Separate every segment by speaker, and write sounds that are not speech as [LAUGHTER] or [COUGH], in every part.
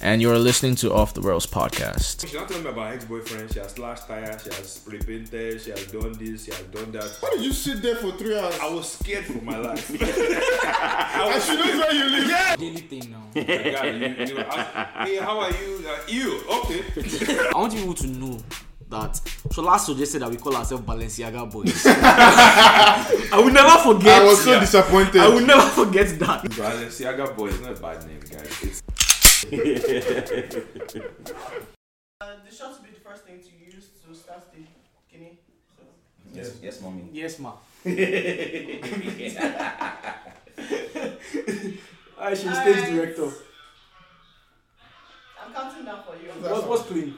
Speaker 1: and you are listening to Off the Rails podcast.
Speaker 2: She's not telling me about her ex-boyfriend. She has slashed tire. She has repented. She has done this. She has done that.
Speaker 3: Why did you sit there for three hours?
Speaker 2: I was scared for my life.
Speaker 3: I should know where you live. Yeah.
Speaker 4: Daily thing now.
Speaker 2: God, you, you know, I, hey, how are you? Uh, you okay?
Speaker 4: I want you to know that Shola suggested that we call ourselves Balenciaga Boys. [LAUGHS] I will never forget.
Speaker 3: I was so disappointed.
Speaker 4: I will never forget that.
Speaker 2: Balenciaga boy is not a bad name, guys. It's
Speaker 5: Uh, the shot will be the first thing to use to start the guinea. So.
Speaker 6: Yes, yes, mommy.
Speaker 4: Yes, ma. I she's
Speaker 5: stage Alright. director. I'm counting down for you. [LAUGHS]
Speaker 4: What, what's playing?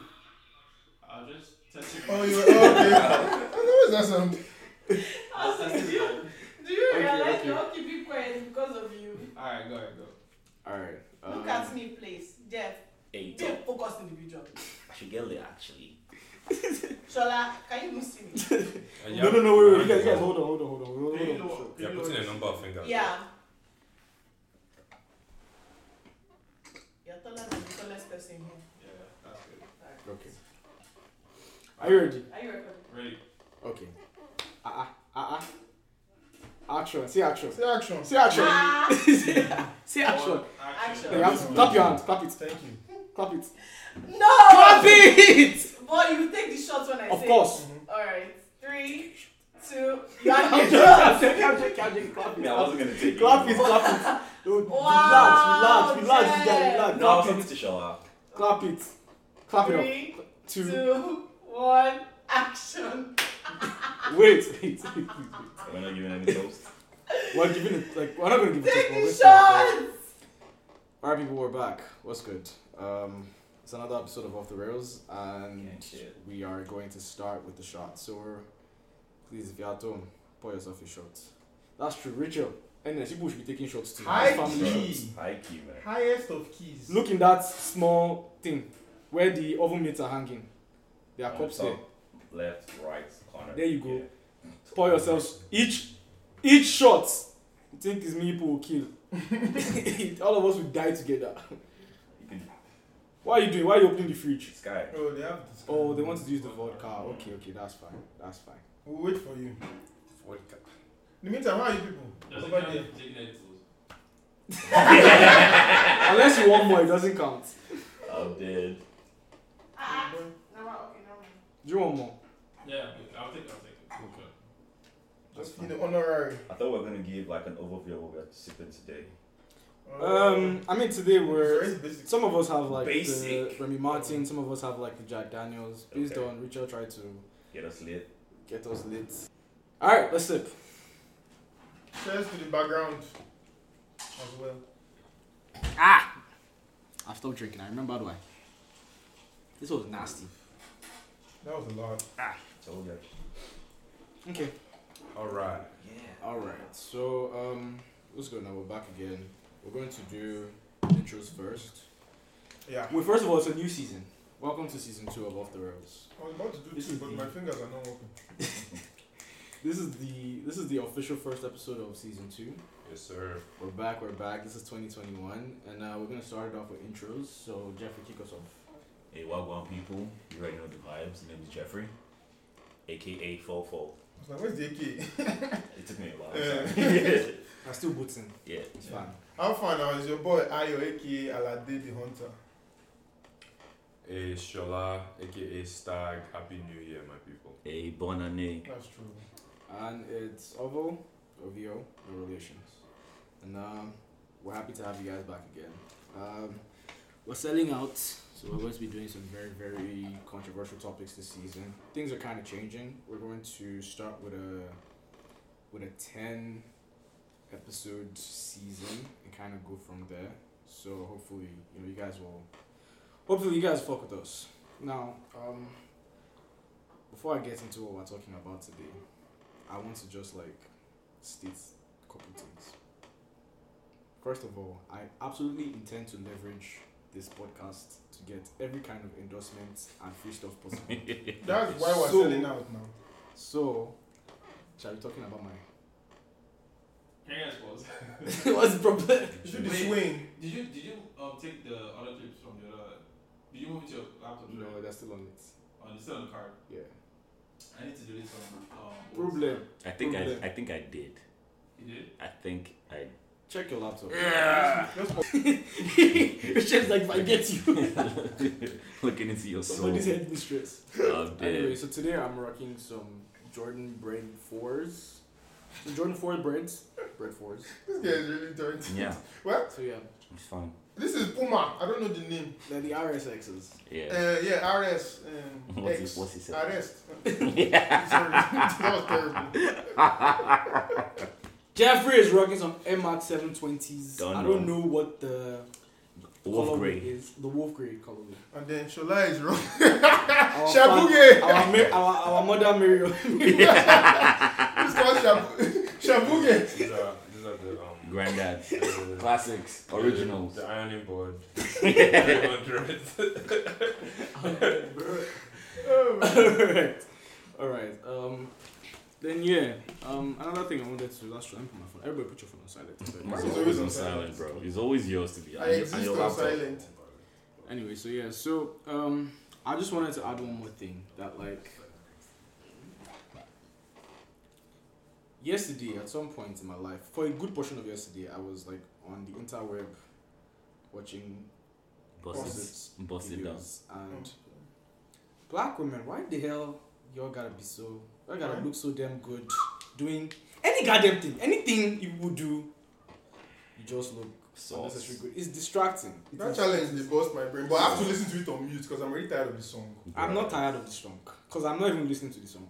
Speaker 7: I'll just touch it.
Speaker 3: Oh, you were, okay. What was that sound?
Speaker 5: I was like, do you, do you
Speaker 4: Okay,
Speaker 5: realize
Speaker 4: okay.
Speaker 5: you're all keeping quiet because of you?
Speaker 7: Alright, go ahead, go.
Speaker 6: Alright. um,
Speaker 5: Look at me, please. Jeff,
Speaker 6: Hey,
Speaker 5: be
Speaker 6: so
Speaker 5: a focused individual.
Speaker 6: I should get there
Speaker 7: [LAUGHS]
Speaker 6: actually.
Speaker 5: Shola, can you even see
Speaker 6: [LAUGHS]
Speaker 5: me?
Speaker 4: No, no, no, wait, wait. You guys, you guys, hold on, hold on, hold on. Hold on,
Speaker 5: Very
Speaker 4: hold
Speaker 5: low,
Speaker 4: on.
Speaker 2: You're
Speaker 5: very
Speaker 2: putting
Speaker 5: low.
Speaker 2: a number of fingers.
Speaker 5: Yeah. You're taller than the tallest person here.
Speaker 7: Yeah, that's good.
Speaker 3: Okay.
Speaker 4: Are you ready?
Speaker 5: Are you recording?
Speaker 7: Ready?
Speaker 3: Okay.
Speaker 4: Ah, ah, ah, ah. Action. See action.
Speaker 3: Say action.
Speaker 4: See action.
Speaker 5: Ah,
Speaker 4: [LAUGHS] See action.
Speaker 7: One, action.
Speaker 4: You have to clap your hands. Clap it. Thank you. Clap it. Clap
Speaker 5: no!
Speaker 4: it.
Speaker 5: But you take the shot when I
Speaker 4: Of
Speaker 5: say.
Speaker 4: course.
Speaker 5: Alright. Three,
Speaker 4: [LAUGHS]
Speaker 5: two, [LAUGHS] you are
Speaker 4: Clap it. Clap it. Clap it. Clap
Speaker 6: Yeah, I
Speaker 4: it.
Speaker 6: wasn't gonna take
Speaker 4: Clap
Speaker 1: [LAUGHS]
Speaker 6: it.
Speaker 4: it. Clap it. Don't-
Speaker 5: Wow,
Speaker 4: Relax. Relax. Relax. You guys,
Speaker 5: Jeff.
Speaker 4: relax.
Speaker 6: No, I
Speaker 4: Clap
Speaker 6: was
Speaker 4: it.
Speaker 6: talking to Shola.
Speaker 4: Clap it. Clap it
Speaker 5: Three,
Speaker 4: up. Two.
Speaker 5: two, one, action.
Speaker 4: Wait. Wait. Wait. wait.
Speaker 6: We're not giving any toast.
Speaker 4: We're giving it. Like we're not gonna give it.
Speaker 5: Take
Speaker 4: to- we're
Speaker 5: the
Speaker 4: waiting for-
Speaker 5: shots.
Speaker 4: Alright, people, we're back. What's good? Um, it's another episode of Off the Rails, and
Speaker 6: Yeah, shit.
Speaker 4: we are going to start with the shot. So, we're, please, if you're at home, pour yourself a shot. That's true, Rachel. And then people should be taking shots too.
Speaker 3: Hi,
Speaker 4: Family
Speaker 3: G.
Speaker 4: shots.
Speaker 6: High key, man.
Speaker 3: Highest of keys.
Speaker 4: Look in that small thing where the oven mitts are hanging. There are
Speaker 6: On
Speaker 4: cups
Speaker 6: top,
Speaker 4: there.
Speaker 6: Left, right, corner.
Speaker 4: There you go. Pour yourselves each each shot. You think these many people will kill? [LAUGHS] All of us will die together.
Speaker 6: You can
Speaker 4: What are you doing? Why are you opening the fridge?
Speaker 6: sky.
Speaker 3: Oh, they have this.
Speaker 4: Oh, they want to use the vodka. Okay, okay, that's fine. That's fine.
Speaker 3: We'll wait for you.
Speaker 2: Vodka.
Speaker 3: In the meantime, how are you people?
Speaker 7: Does it
Speaker 3: Over
Speaker 7: count
Speaker 3: there.
Speaker 7: if you take edibles?
Speaker 4: Unless you want more, it doesn't count.
Speaker 6: I'm dead.
Speaker 5: Ah, ah. No, okay, no.
Speaker 4: Do you want more?
Speaker 7: Yeah, I'll take it, I'll take it. Sure.
Speaker 4: That's
Speaker 3: Just need
Speaker 4: fine.
Speaker 3: the honorary.
Speaker 6: I thought we were gonna give like an overview of what we're sipping today.
Speaker 4: Um, I mean today
Speaker 3: very
Speaker 4: we're
Speaker 3: basic.
Speaker 4: some of us have like
Speaker 6: Basic.
Speaker 4: the Remy Martin, some of us have like the Jack Daniels. Based
Speaker 6: Okay.
Speaker 4: on Richard tried to
Speaker 6: Get us lit.
Speaker 4: get us lit. All right, let's sip.
Speaker 3: Cheers to the background as well.
Speaker 4: I've stopped drinking. I remember why. This was nasty.
Speaker 3: That was a lot.
Speaker 6: Told you.
Speaker 4: Okay.
Speaker 2: All right.
Speaker 4: All right. So um, let's go now. We're back again. We're going to do intros first.
Speaker 3: Yeah.
Speaker 4: Well, first of all, it's a new season. Welcome to season two of Off the Rails.
Speaker 3: I was about to do
Speaker 4: This
Speaker 3: this,
Speaker 4: is
Speaker 3: but
Speaker 4: the-
Speaker 3: my fingers are not working.
Speaker 4: This is the this is the official first episode of season two.
Speaker 2: Yes, sir.
Speaker 4: We're back, we're back. This is 2021, and uh, we're gonna start it off with intros. So Jeffrey, kick us off.
Speaker 6: Hey, Wagwan people. You already know the vibes. My name is Jeffrey, aka Fofo.
Speaker 3: I was like, where's the AK?
Speaker 6: It took me a
Speaker 3: [LAUGHS]
Speaker 6: while.
Speaker 3: Yeah.
Speaker 6: sorry.
Speaker 4: I'm still booting.
Speaker 6: yeah.
Speaker 4: It's
Speaker 6: yeah.
Speaker 4: fine.
Speaker 3: How far now is your boy Ayo, aka Alade the Hunter?
Speaker 2: Hey, Shola, aka Stag. Happy New Year, my people.
Speaker 6: Hey, bon année.
Speaker 3: That's true.
Speaker 4: And it's Ovo, OVO, no relations. And um, we're happy to have you guys back again. Um, we're selling out, so we're going to be doing some very, very controversial topics this season. Things are kind of changing. We're going to start with a with a ten episode season and kind of go from there. So hopefully, you know, you guys will. Hopefully, you guys fuck with us. Now, um, before I get into what we're talking about today, I want to just like state a couple things. First of all, I absolutely intend to leverage this podcast to get every kind of endorsements and free stuff
Speaker 6: [LAUGHS]
Speaker 4: possible.
Speaker 3: That's why we're
Speaker 4: So-
Speaker 3: selling out now.
Speaker 6: [LAUGHS]
Speaker 4: so, shall we talking about my
Speaker 8: Can I
Speaker 2: [LAUGHS]
Speaker 8: suppose?
Speaker 4: What's the problem?
Speaker 3: Do the
Speaker 8: Wait.
Speaker 3: swing.
Speaker 8: Did you did you um take the other clips from the other? Did you move it to your laptop?
Speaker 4: No, that's still on it.
Speaker 8: Oh, it's still on the card.
Speaker 4: Yeah.
Speaker 8: I need to delete some. Um,
Speaker 4: Problem.
Speaker 6: I think I,
Speaker 4: Problem.
Speaker 6: I think I did.
Speaker 8: You did?
Speaker 6: I think I. [LAUGHS]
Speaker 4: Check your laptop.
Speaker 3: Just
Speaker 4: Richard's like, if I get you.
Speaker 6: Looking into your soul.
Speaker 4: Somebody's head me stress.
Speaker 6: I'm
Speaker 4: Anyway,
Speaker 6: dead.
Speaker 4: so today I'm rocking some Jordan Bread 4s. Some Jordan 4 breads. Bread 4s.
Speaker 3: this guy is really dirty.
Speaker 6: Yeah,
Speaker 4: So yeah,
Speaker 6: it's fine.
Speaker 3: This is Puma. I don't know the name.
Speaker 4: they're the RSXs.
Speaker 6: Yeah.
Speaker 3: Uh, yeah, RS.
Speaker 6: [LAUGHS]
Speaker 3: Um,
Speaker 6: What's
Speaker 3: X.
Speaker 6: it- what's it say?
Speaker 3: Arrest.
Speaker 6: [LAUGHS]
Speaker 3: [LAUGHS] Sorry, that was terrible.
Speaker 4: Jeffrey is rocking some MR 720s.
Speaker 6: Don't
Speaker 4: I don't
Speaker 6: know.
Speaker 4: know what the
Speaker 6: Wolf
Speaker 4: colorway
Speaker 6: gray.
Speaker 4: is. The wolf gray
Speaker 6: [LAUGHS]
Speaker 4: colorway.
Speaker 3: And then Shola is wrong.
Speaker 6: Oh,
Speaker 4: Our
Speaker 3: Shabuge.
Speaker 4: fa- Our, ma- our, our mother [LAUGHS] Miriam.
Speaker 3: It's called Shabu- [LAUGHS] Shabuge.
Speaker 2: These are these are the um.
Speaker 6: Grandad.
Speaker 3: [LAUGHS]
Speaker 2: the-
Speaker 6: Classics.
Speaker 2: the-
Speaker 6: Originals.
Speaker 2: The ironing board. 100.
Speaker 4: Alright. Alright. Um, then yeah. Um, another thing I wanted to last time put my phone. Everybody put your phone on silent.
Speaker 6: Mine's
Speaker 3: It's
Speaker 6: always
Speaker 3: always
Speaker 6: on
Speaker 3: on
Speaker 6: silent,
Speaker 3: silent.
Speaker 6: bro. It's always yours to be.
Speaker 3: I
Speaker 6: on your- on
Speaker 3: exist
Speaker 6: your
Speaker 3: on
Speaker 6: laptop.
Speaker 3: silent.
Speaker 4: Anyway, so yeah, so um, I just wanted to add one more thing that like yesterday at some point in my life, for a good portion of yesterday, I was like on the interweb watching
Speaker 6: Bosses. Bust it down.
Speaker 4: videos and black women. Why the hell y'all gotta be so? Y'all gotta
Speaker 3: Right.
Speaker 4: look so damn good doing any goddamn thing, anything you would do. You just look
Speaker 6: Sauce.
Speaker 4: unnecessary good. It's distracting. It
Speaker 3: That
Speaker 4: is-
Speaker 3: challenge they bust my brain, but I have to listen to it on mute because I'm already tired of the song.
Speaker 4: I'm not tired of the song because I'm not even listening to the song.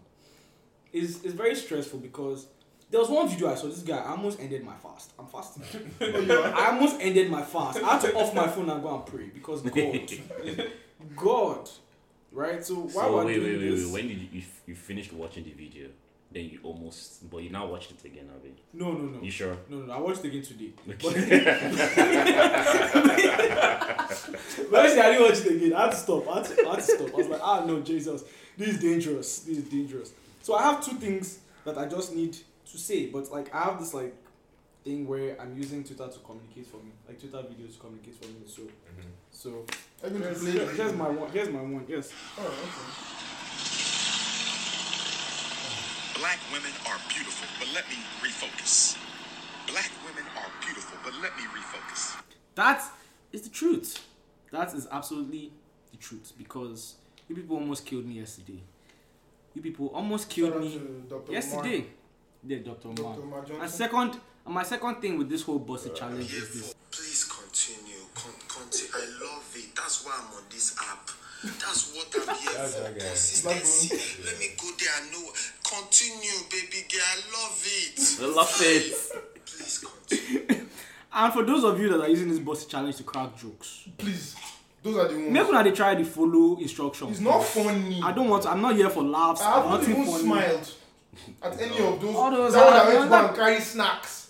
Speaker 4: It's, it's very stressful because there was one video I saw this guy I almost ended my fast. I'm fasting. I almost ended my fast. I had to off my phone and go and pray
Speaker 6: [LAUGHS]
Speaker 4: because God, God, right? So why
Speaker 6: so
Speaker 4: were
Speaker 6: wait,
Speaker 4: doing
Speaker 6: wait, wait,
Speaker 4: this?
Speaker 6: wait. When did you, you f- you finished watching the video? Then you almost, but you now watched it again, have you?
Speaker 4: No, no, no,
Speaker 6: You sure?
Speaker 4: no, no, no. I watched it again today.
Speaker 6: Okay.
Speaker 4: [LAUGHS] But actually, I didn't watch it again. I had to stop. I had to, I had to stop. I was like, ah, no, Jesus, this is dangerous. This is dangerous. So I have two things that I just need to say, but like I have this like thing where I'm using Twitter to communicate for me, like Twitter videos to communicate for me. So,
Speaker 6: Mm-hmm.
Speaker 4: so
Speaker 3: I'm going to
Speaker 4: here's,
Speaker 3: play it.
Speaker 4: here's my one. Here's my one. Yes.
Speaker 3: Oh, okay.
Speaker 9: Black women are beautiful, but let me refocus. Black women are beautiful, but let me refocus.
Speaker 4: That is the truth. That is absolutely the truth because you people almost killed me yesterday. You people almost
Speaker 3: Shout
Speaker 4: killed
Speaker 3: out
Speaker 4: me
Speaker 3: to Dr.
Speaker 4: yesterday. Yeah, Dr.
Speaker 3: Omar.
Speaker 4: Mark.
Speaker 3: Dr. Omar
Speaker 4: My
Speaker 3: Johnson.
Speaker 4: second, my second thing with this whole bossy challenge is this.
Speaker 9: Please continue. continue. I love it. That's why I'm on this app. That's what I'm here
Speaker 2: That's
Speaker 9: for.
Speaker 2: that guy.
Speaker 9: Consistency. Let me go there and know. Continue, baby girl. I love it.
Speaker 6: I love it.
Speaker 9: Please continue.
Speaker 4: And for those of you that are using this bossy challenge to crack jokes,
Speaker 3: Please. Those are the ones.
Speaker 4: make sure they try the follow instructions.
Speaker 3: It's not funny.
Speaker 4: I don't want. To, I'm not here for laughs.
Speaker 3: I
Speaker 4: I'm
Speaker 3: haven't
Speaker 4: nothing
Speaker 3: even
Speaker 4: funny.
Speaker 3: smiled at any of those.
Speaker 4: All those
Speaker 3: that one
Speaker 4: are-
Speaker 3: that went to
Speaker 4: that-
Speaker 3: go and carry snacks.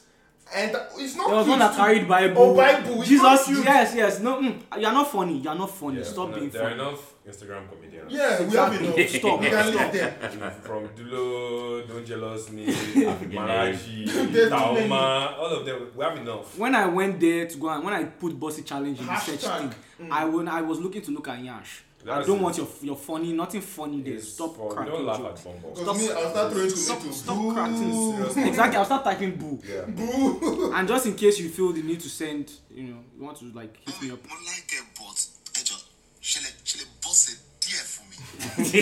Speaker 3: And that- it's not
Speaker 4: There was
Speaker 3: cute
Speaker 4: one that
Speaker 3: to-
Speaker 4: carried Bible.
Speaker 3: Oh, Bible. It's not
Speaker 4: Jesus.
Speaker 3: cute.
Speaker 4: Yes, yes. No, mm, you're not funny. You're not funny.
Speaker 2: Yeah,
Speaker 4: Stop
Speaker 2: no,
Speaker 4: being
Speaker 2: There are
Speaker 4: funny.
Speaker 2: enough Instagram comedians.
Speaker 3: Yeah, we have
Speaker 4: Exactly.
Speaker 3: enough.
Speaker 4: Stop.
Speaker 3: We can leave them.
Speaker 2: From Dulo, Don't Jealous Me,
Speaker 6: African
Speaker 2: Maraji,
Speaker 3: There's too
Speaker 2: Taoma, all of them. We have enough.
Speaker 4: When I went there to go and when I put bossy challenge in the search
Speaker 3: Hashtag.
Speaker 4: thing, I when I was looking to look at Yash. I
Speaker 2: That's
Speaker 4: don't
Speaker 2: it.
Speaker 4: want your your funny, nothing funny there.
Speaker 2: It's
Speaker 4: Stop
Speaker 2: fun.
Speaker 4: cracking
Speaker 2: Don't laugh
Speaker 4: jokes.
Speaker 2: at Bumble.
Speaker 3: Because me, I'll start throwing
Speaker 4: Stop,
Speaker 3: tomatoes.
Speaker 4: stop
Speaker 3: Boo.
Speaker 4: cracking.
Speaker 2: Seriously.
Speaker 4: Exactly, I'll start typing boo.
Speaker 2: Yeah.
Speaker 3: Boo.
Speaker 4: And just in case you feel the need to send, you know, you want to like hit me up.
Speaker 9: I don't like them, but I just. She'll, she'll boss it dear for me.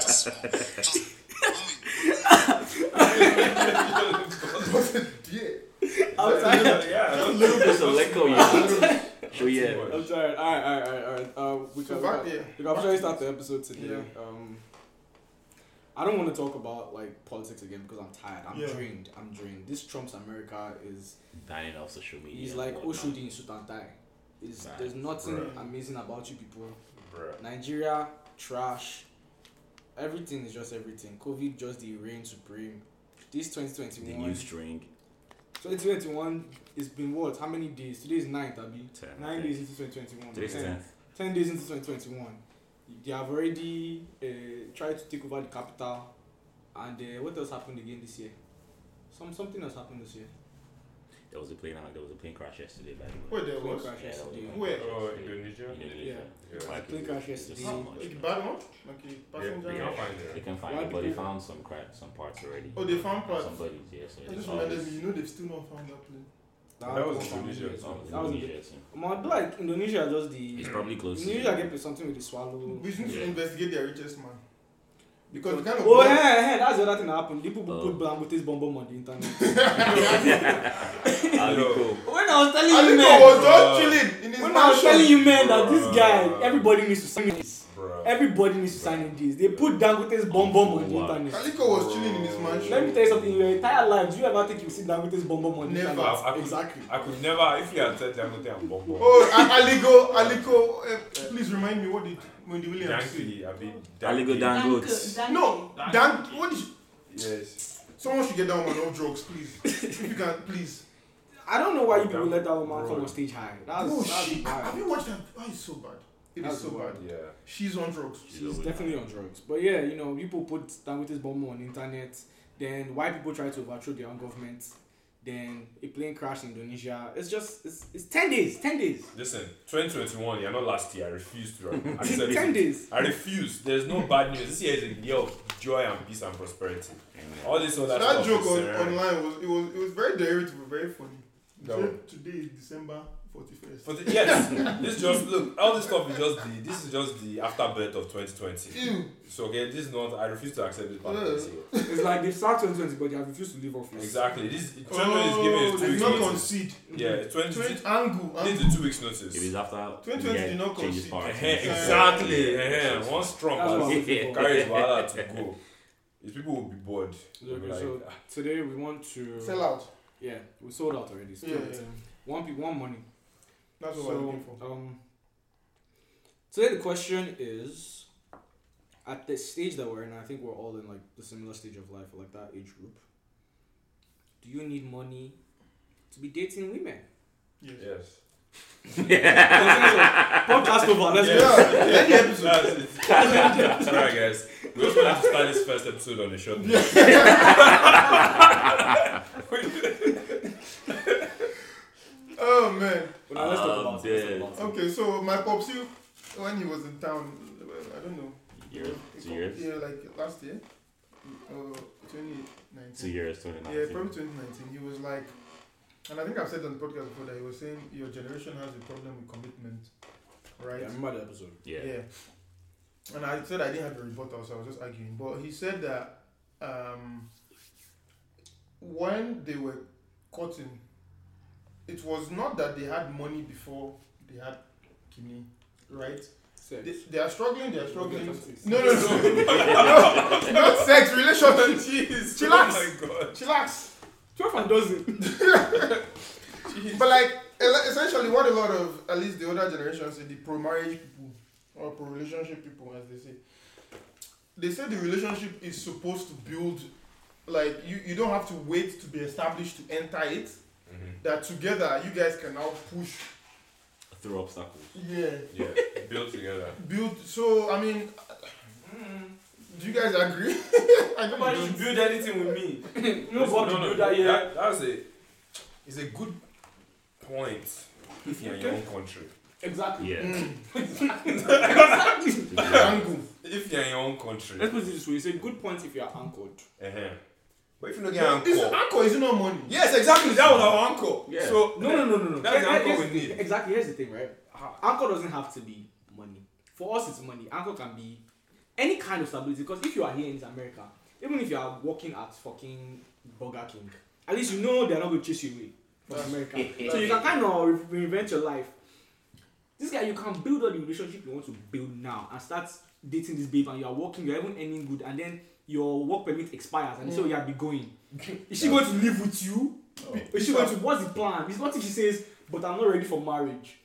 Speaker 9: just, just, just,
Speaker 3: [LAUGHS]
Speaker 2: Yeah.
Speaker 6: It's a
Speaker 3: [LAUGHS]
Speaker 6: leco, yeah. Sure, yeah.
Speaker 4: I'm sorry. All right, all right, all right, all right. Uh, we
Speaker 3: So
Speaker 4: can.
Speaker 3: back
Speaker 4: we can-
Speaker 3: there.
Speaker 4: we can officially start the episode today.
Speaker 3: Yeah.
Speaker 4: Um, I don't want to talk about like politics again because I'm tired. I'm
Speaker 3: Yeah.
Speaker 4: drained. I'm drained. This Trump's America is
Speaker 6: Banning off social media.
Speaker 4: he's
Speaker 6: and
Speaker 4: like
Speaker 6: whatnot.
Speaker 4: Oshodi in Sutantai. Is
Speaker 6: Facts,
Speaker 4: there's nothing
Speaker 2: bruh.
Speaker 4: amazing about you people.
Speaker 2: Bruh.
Speaker 4: Nigeria trash. Everything is just everything. COVID just the reign supreme. This
Speaker 6: The
Speaker 4: 2021.
Speaker 6: new string.
Speaker 4: 2021 it's been what? How many days? Today is 9th, Abi.
Speaker 6: Ten, I
Speaker 4: 9
Speaker 6: think.
Speaker 4: days into 2021.
Speaker 6: Today's the
Speaker 4: Ten.
Speaker 6: 10th.
Speaker 4: 10 days into 2021, they have already uh, tried to take over the capital. And uh, what else happened again this year? Some something that's happened this year.
Speaker 6: There was a plane. There was a plane crash yesterday. By the way.
Speaker 3: [LAUGHS] Wait, there
Speaker 4: Plane
Speaker 3: was.
Speaker 4: crash
Speaker 6: Yeah, there was a
Speaker 4: yesterday.
Speaker 6: plane
Speaker 3: Where?
Speaker 6: crash
Speaker 2: Oh,
Speaker 6: yesterday.
Speaker 2: Indonesia?
Speaker 6: Indonesia.
Speaker 2: Yeah.
Speaker 6: Like,
Speaker 4: Plane
Speaker 6: it's-
Speaker 4: crash
Speaker 6: it's just
Speaker 4: yesterday.
Speaker 6: so much
Speaker 3: Like,
Speaker 6: crap.
Speaker 3: bad one? Ah, Okay, passenger.
Speaker 2: They
Speaker 6: Yeah.
Speaker 2: can't find
Speaker 6: They
Speaker 2: it.
Speaker 6: can
Speaker 4: Why
Speaker 6: find it, but they
Speaker 4: people-
Speaker 6: found some cracks, some parts already.
Speaker 3: Oh, they found parts.
Speaker 6: Some bodies, yeah. So
Speaker 3: I
Speaker 6: they
Speaker 3: just
Speaker 6: found
Speaker 3: remembered,
Speaker 6: this-
Speaker 3: you know, they've still not found that plane.
Speaker 2: That was
Speaker 4: one
Speaker 2: Indonesia
Speaker 4: family
Speaker 2: or
Speaker 4: as well.
Speaker 6: Oh,
Speaker 2: something.
Speaker 4: That was
Speaker 6: Indonesia. so-
Speaker 4: my black Indonesia does the
Speaker 6: It's probably close. to-
Speaker 4: Indonesia get something with the swallow.
Speaker 3: We need to
Speaker 6: Yeah.
Speaker 3: investigate their richest man. Because the kind of.
Speaker 4: Oh yeah, yeah, that's the other thing that happened. People
Speaker 6: Oh.
Speaker 4: put Blambute's bomb bomb on the
Speaker 6: [LAUGHS]
Speaker 4: internet.
Speaker 6: Aliko.
Speaker 4: when I was telling you
Speaker 3: Aliko
Speaker 4: men,
Speaker 3: was
Speaker 2: Uh,
Speaker 3: just chilling in his
Speaker 4: when I was telling
Speaker 3: mansion.
Speaker 4: you men that this guy,
Speaker 2: Bruh.
Speaker 4: everybody needs to sign this.
Speaker 2: Bruh.
Speaker 4: Everybody needs to sign in this. They put Dangote's bomb bomb on the
Speaker 6: Wow.
Speaker 4: internet.
Speaker 3: Aliko was chilling in his mansion.
Speaker 4: Oh. Let me tell you something. In your entire life, do you ever think you see Dangote's bomb bomb on the
Speaker 3: Never.
Speaker 4: internet?
Speaker 2: I, I could,
Speaker 4: Exactly.
Speaker 2: I could never, if you had said Dangote and Bombo,
Speaker 3: Oh, A- Aligo, Aliko, uh, please remind me what did Wendy Williams say?
Speaker 2: Yankee, I mean,
Speaker 6: Aligo
Speaker 2: Yankee.
Speaker 6: Dangote.
Speaker 3: No,
Speaker 10: Dank-
Speaker 3: Dan, what did you,
Speaker 2: Yes.
Speaker 3: someone should get that woman off drugs, please. If you can, please.
Speaker 4: I don't know why you people
Speaker 2: Dank-
Speaker 4: let that woman come
Speaker 2: Bro.
Speaker 4: on stage high. [LAUGHS] That's,
Speaker 3: No,
Speaker 4: that's
Speaker 3: Oh, she,
Speaker 4: bad.
Speaker 3: have you watched that? Oh, it's so bad. It is
Speaker 4: That's
Speaker 3: so bad.
Speaker 4: wild.
Speaker 2: Yeah.
Speaker 3: She's on drugs.
Speaker 4: She's definitely on drugs. But yeah, you know, people put Dangote's bomb on the internet. Then white people try to overthrow their own government. Then a plane crashed in Indonesia. It's just it's, it's ten days, ten days,
Speaker 2: Listen, 2021, you're not last year. I refuse to accept
Speaker 4: ten
Speaker 2: it.
Speaker 4: days.
Speaker 2: I refuse. There's no bad news. This year is a year of joy and peace and prosperity. All this other
Speaker 3: So
Speaker 2: stuff
Speaker 3: that joke
Speaker 2: is uh,
Speaker 3: on,
Speaker 2: irrelevant.
Speaker 3: online was it was it was very derivative, but very funny.
Speaker 2: That
Speaker 3: Today-
Speaker 2: one.
Speaker 3: Today is December forty first.
Speaker 2: For the, yes, this just look. All this stuff is just the. This is just the afterbirth of 2020.
Speaker 3: Ew.
Speaker 2: So okay, this is not. I refuse to accept this part of this year.
Speaker 4: it's like they've started 2020, but they have refused to leave office.
Speaker 2: Exactly. This 2020 is giving
Speaker 3: Oh,
Speaker 2: us two
Speaker 3: did
Speaker 2: weeks.
Speaker 3: not
Speaker 2: notice.
Speaker 3: concede.
Speaker 2: Yeah, 2020
Speaker 3: Twenty angle.
Speaker 2: needs
Speaker 3: angle.
Speaker 2: a two weeks notice.
Speaker 6: It is after.
Speaker 3: 2020
Speaker 6: yeah,
Speaker 3: did not
Speaker 6: changes
Speaker 3: concede.
Speaker 6: power.
Speaker 2: Eh, [LAUGHS] exactly. [LAUGHS] eh,
Speaker 6: [LAUGHS]
Speaker 2: eh, Once Trump
Speaker 4: That's
Speaker 2: has
Speaker 4: what-
Speaker 2: carries wahala to go, his people will be bored. They'll be
Speaker 4: Okay,
Speaker 2: like, "Ah,
Speaker 4: so today we want to
Speaker 3: Sell out.
Speaker 4: Yeah, we sold out already. So
Speaker 3: Yeah, yeah.
Speaker 4: One people, one money.
Speaker 3: That's what I'm
Speaker 4: So
Speaker 3: looking for.
Speaker 4: um, today the question is, at the stage that we're in, I think we're all in like the similar stage of life, like that age group. Do you need money to be dating women?
Speaker 3: Yes.
Speaker 4: [LAUGHS]
Speaker 2: yes.
Speaker 4: Podcast over. Let's go.
Speaker 3: Yeah. Any episode.
Speaker 2: That's [LAUGHS] it. [LAUGHS] Alright, guys. We also have to start this first episode on a short note. [LAUGHS]
Speaker 3: Oh man.
Speaker 4: But now let's talk
Speaker 6: Um,
Speaker 4: about it.
Speaker 6: the-
Speaker 4: Let's talk about
Speaker 3: Okay, so my pops, you when he was in town, uh, I don't know.
Speaker 6: Year-
Speaker 3: it-
Speaker 6: two years?
Speaker 3: Yeah, like last year, uh, 2019.
Speaker 6: Two years,
Speaker 3: Yeah,
Speaker 6: 2019.
Speaker 3: probably 2019. He was like, and I think I've said on the podcast before that he was saying your generation has a problem with commitment,
Speaker 4: it.
Speaker 3: right?
Speaker 4: Yeah, remember the episode.
Speaker 6: Yeah.
Speaker 3: And I said I didn't have a rebuttal, so I was just arguing. But he said that um, when they were cutting, it was not that they had money before they had kidney, right?
Speaker 4: Sex.
Speaker 3: They, they are struggling, they are struggling.
Speaker 4: Relationships.
Speaker 3: No, no, no.
Speaker 2: [LAUGHS]
Speaker 3: no, [LAUGHS] not sex, relationship.
Speaker 2: Jeez.
Speaker 3: Chillax.
Speaker 2: Oh my god.
Speaker 3: Chillax.
Speaker 4: Twelve and dozen.
Speaker 3: But like ele- essentially, what a lot of at least the older generation say, the pro-marriage people or pro-relationship people, as they say, they say the relationship is supposed to build. Like you, you don't have to wait to be established to enter it. That together you guys can now push.
Speaker 6: Through obstacles.
Speaker 3: Yeah.
Speaker 2: Yeah, built together.
Speaker 3: Build. So I mean, do you guys agree? [LAUGHS] I don't
Speaker 11: Nobody should build anything with me.
Speaker 4: You know what to do that year.
Speaker 2: That, that's a, it's a good point if you're in your own country.
Speaker 4: Exactly.
Speaker 6: Yeah.
Speaker 3: Angle.
Speaker 2: If you're in your own country.
Speaker 4: Let's put it this way. It's a good point if you are anchored.
Speaker 2: Uh-huh. But if you don't get anchor.
Speaker 3: Anchor is not money.
Speaker 2: Yes, exactly. That was our anchor.
Speaker 6: Yeah.
Speaker 2: So
Speaker 4: No, no, no, no, no.
Speaker 2: That's
Speaker 4: Here-
Speaker 2: the anchor
Speaker 4: here's
Speaker 2: we
Speaker 4: the-
Speaker 2: need.
Speaker 4: Exactly. Here's the thing, right?
Speaker 2: Ah.
Speaker 4: Anchor doesn't have to be money. For us, it's money. Anchor can be any kind of stability. Because if you are here in America, even if you are working at fucking Burger King, at least you know they're not going to chase you away from
Speaker 3: That's-
Speaker 4: America. so you can kind of reinvent your life. This guy, you can build all the relationship you want to build now and start dating this babe, and you are working, you're even earning good, and then your work permit expires, and
Speaker 3: Mm.
Speaker 4: so you have
Speaker 3: [LAUGHS]
Speaker 4: be going. Is she going to live with you?
Speaker 3: Oh.
Speaker 4: Is she going to? What's the plan? It's not if she says, "But I'm not ready for marriage."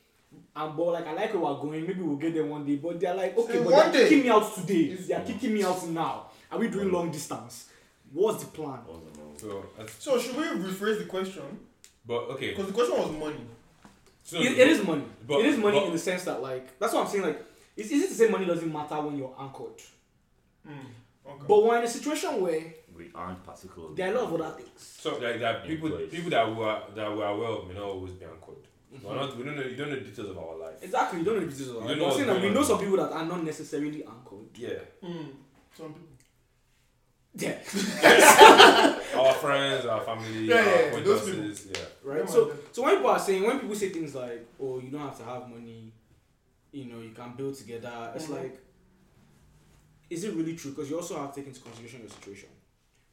Speaker 4: And but like I like where we're going. Maybe we'll get there one day. But they're like, okay,
Speaker 3: Say
Speaker 4: but
Speaker 3: one
Speaker 4: they're
Speaker 3: day. Oh.
Speaker 4: kicking me out today.
Speaker 3: It's-
Speaker 4: They're kicking me out now. Are we doing long distance? What's the plan?
Speaker 2: Oh. So, that's-
Speaker 3: So should we rephrase the question?
Speaker 2: but okay.
Speaker 3: Because the question was money.
Speaker 2: So,
Speaker 4: It, it is money.
Speaker 2: But-
Speaker 4: it is money
Speaker 2: but-
Speaker 4: in the sense that like that's what I'm saying. Like it's easy to say money doesn't matter when you're anchored.
Speaker 3: Okay.
Speaker 4: But we're in a situation where
Speaker 6: we aren't particularly.
Speaker 4: There are a lot of other things.
Speaker 2: So like that
Speaker 6: In
Speaker 2: people
Speaker 6: place.
Speaker 2: people that were that were aware of may not always be anchored.
Speaker 4: Mm-hmm.
Speaker 2: We're not, we don't know you don't know the details of our life.
Speaker 4: Exactly, you don't know the business of
Speaker 2: You
Speaker 4: life.
Speaker 2: don't know
Speaker 4: I'm saying that
Speaker 2: what's
Speaker 4: we
Speaker 2: going
Speaker 4: know
Speaker 2: on.
Speaker 4: some people that are not necessarily anchored.
Speaker 2: Yeah.
Speaker 3: Mm. Some people.
Speaker 4: [LAUGHS] Yeah.
Speaker 2: Our friends, our family,
Speaker 3: Yeah,
Speaker 2: our
Speaker 3: yeah, yeah, those
Speaker 2: acquaintances, yeah.
Speaker 4: Right?
Speaker 3: Yeah,
Speaker 4: So
Speaker 3: man.
Speaker 4: so when people are saying when people say things like, Oh, you don't have to have money, you know, you can build together, it's
Speaker 3: Mhm.
Speaker 4: like is it really true? Because you also have to take into consideration your situation.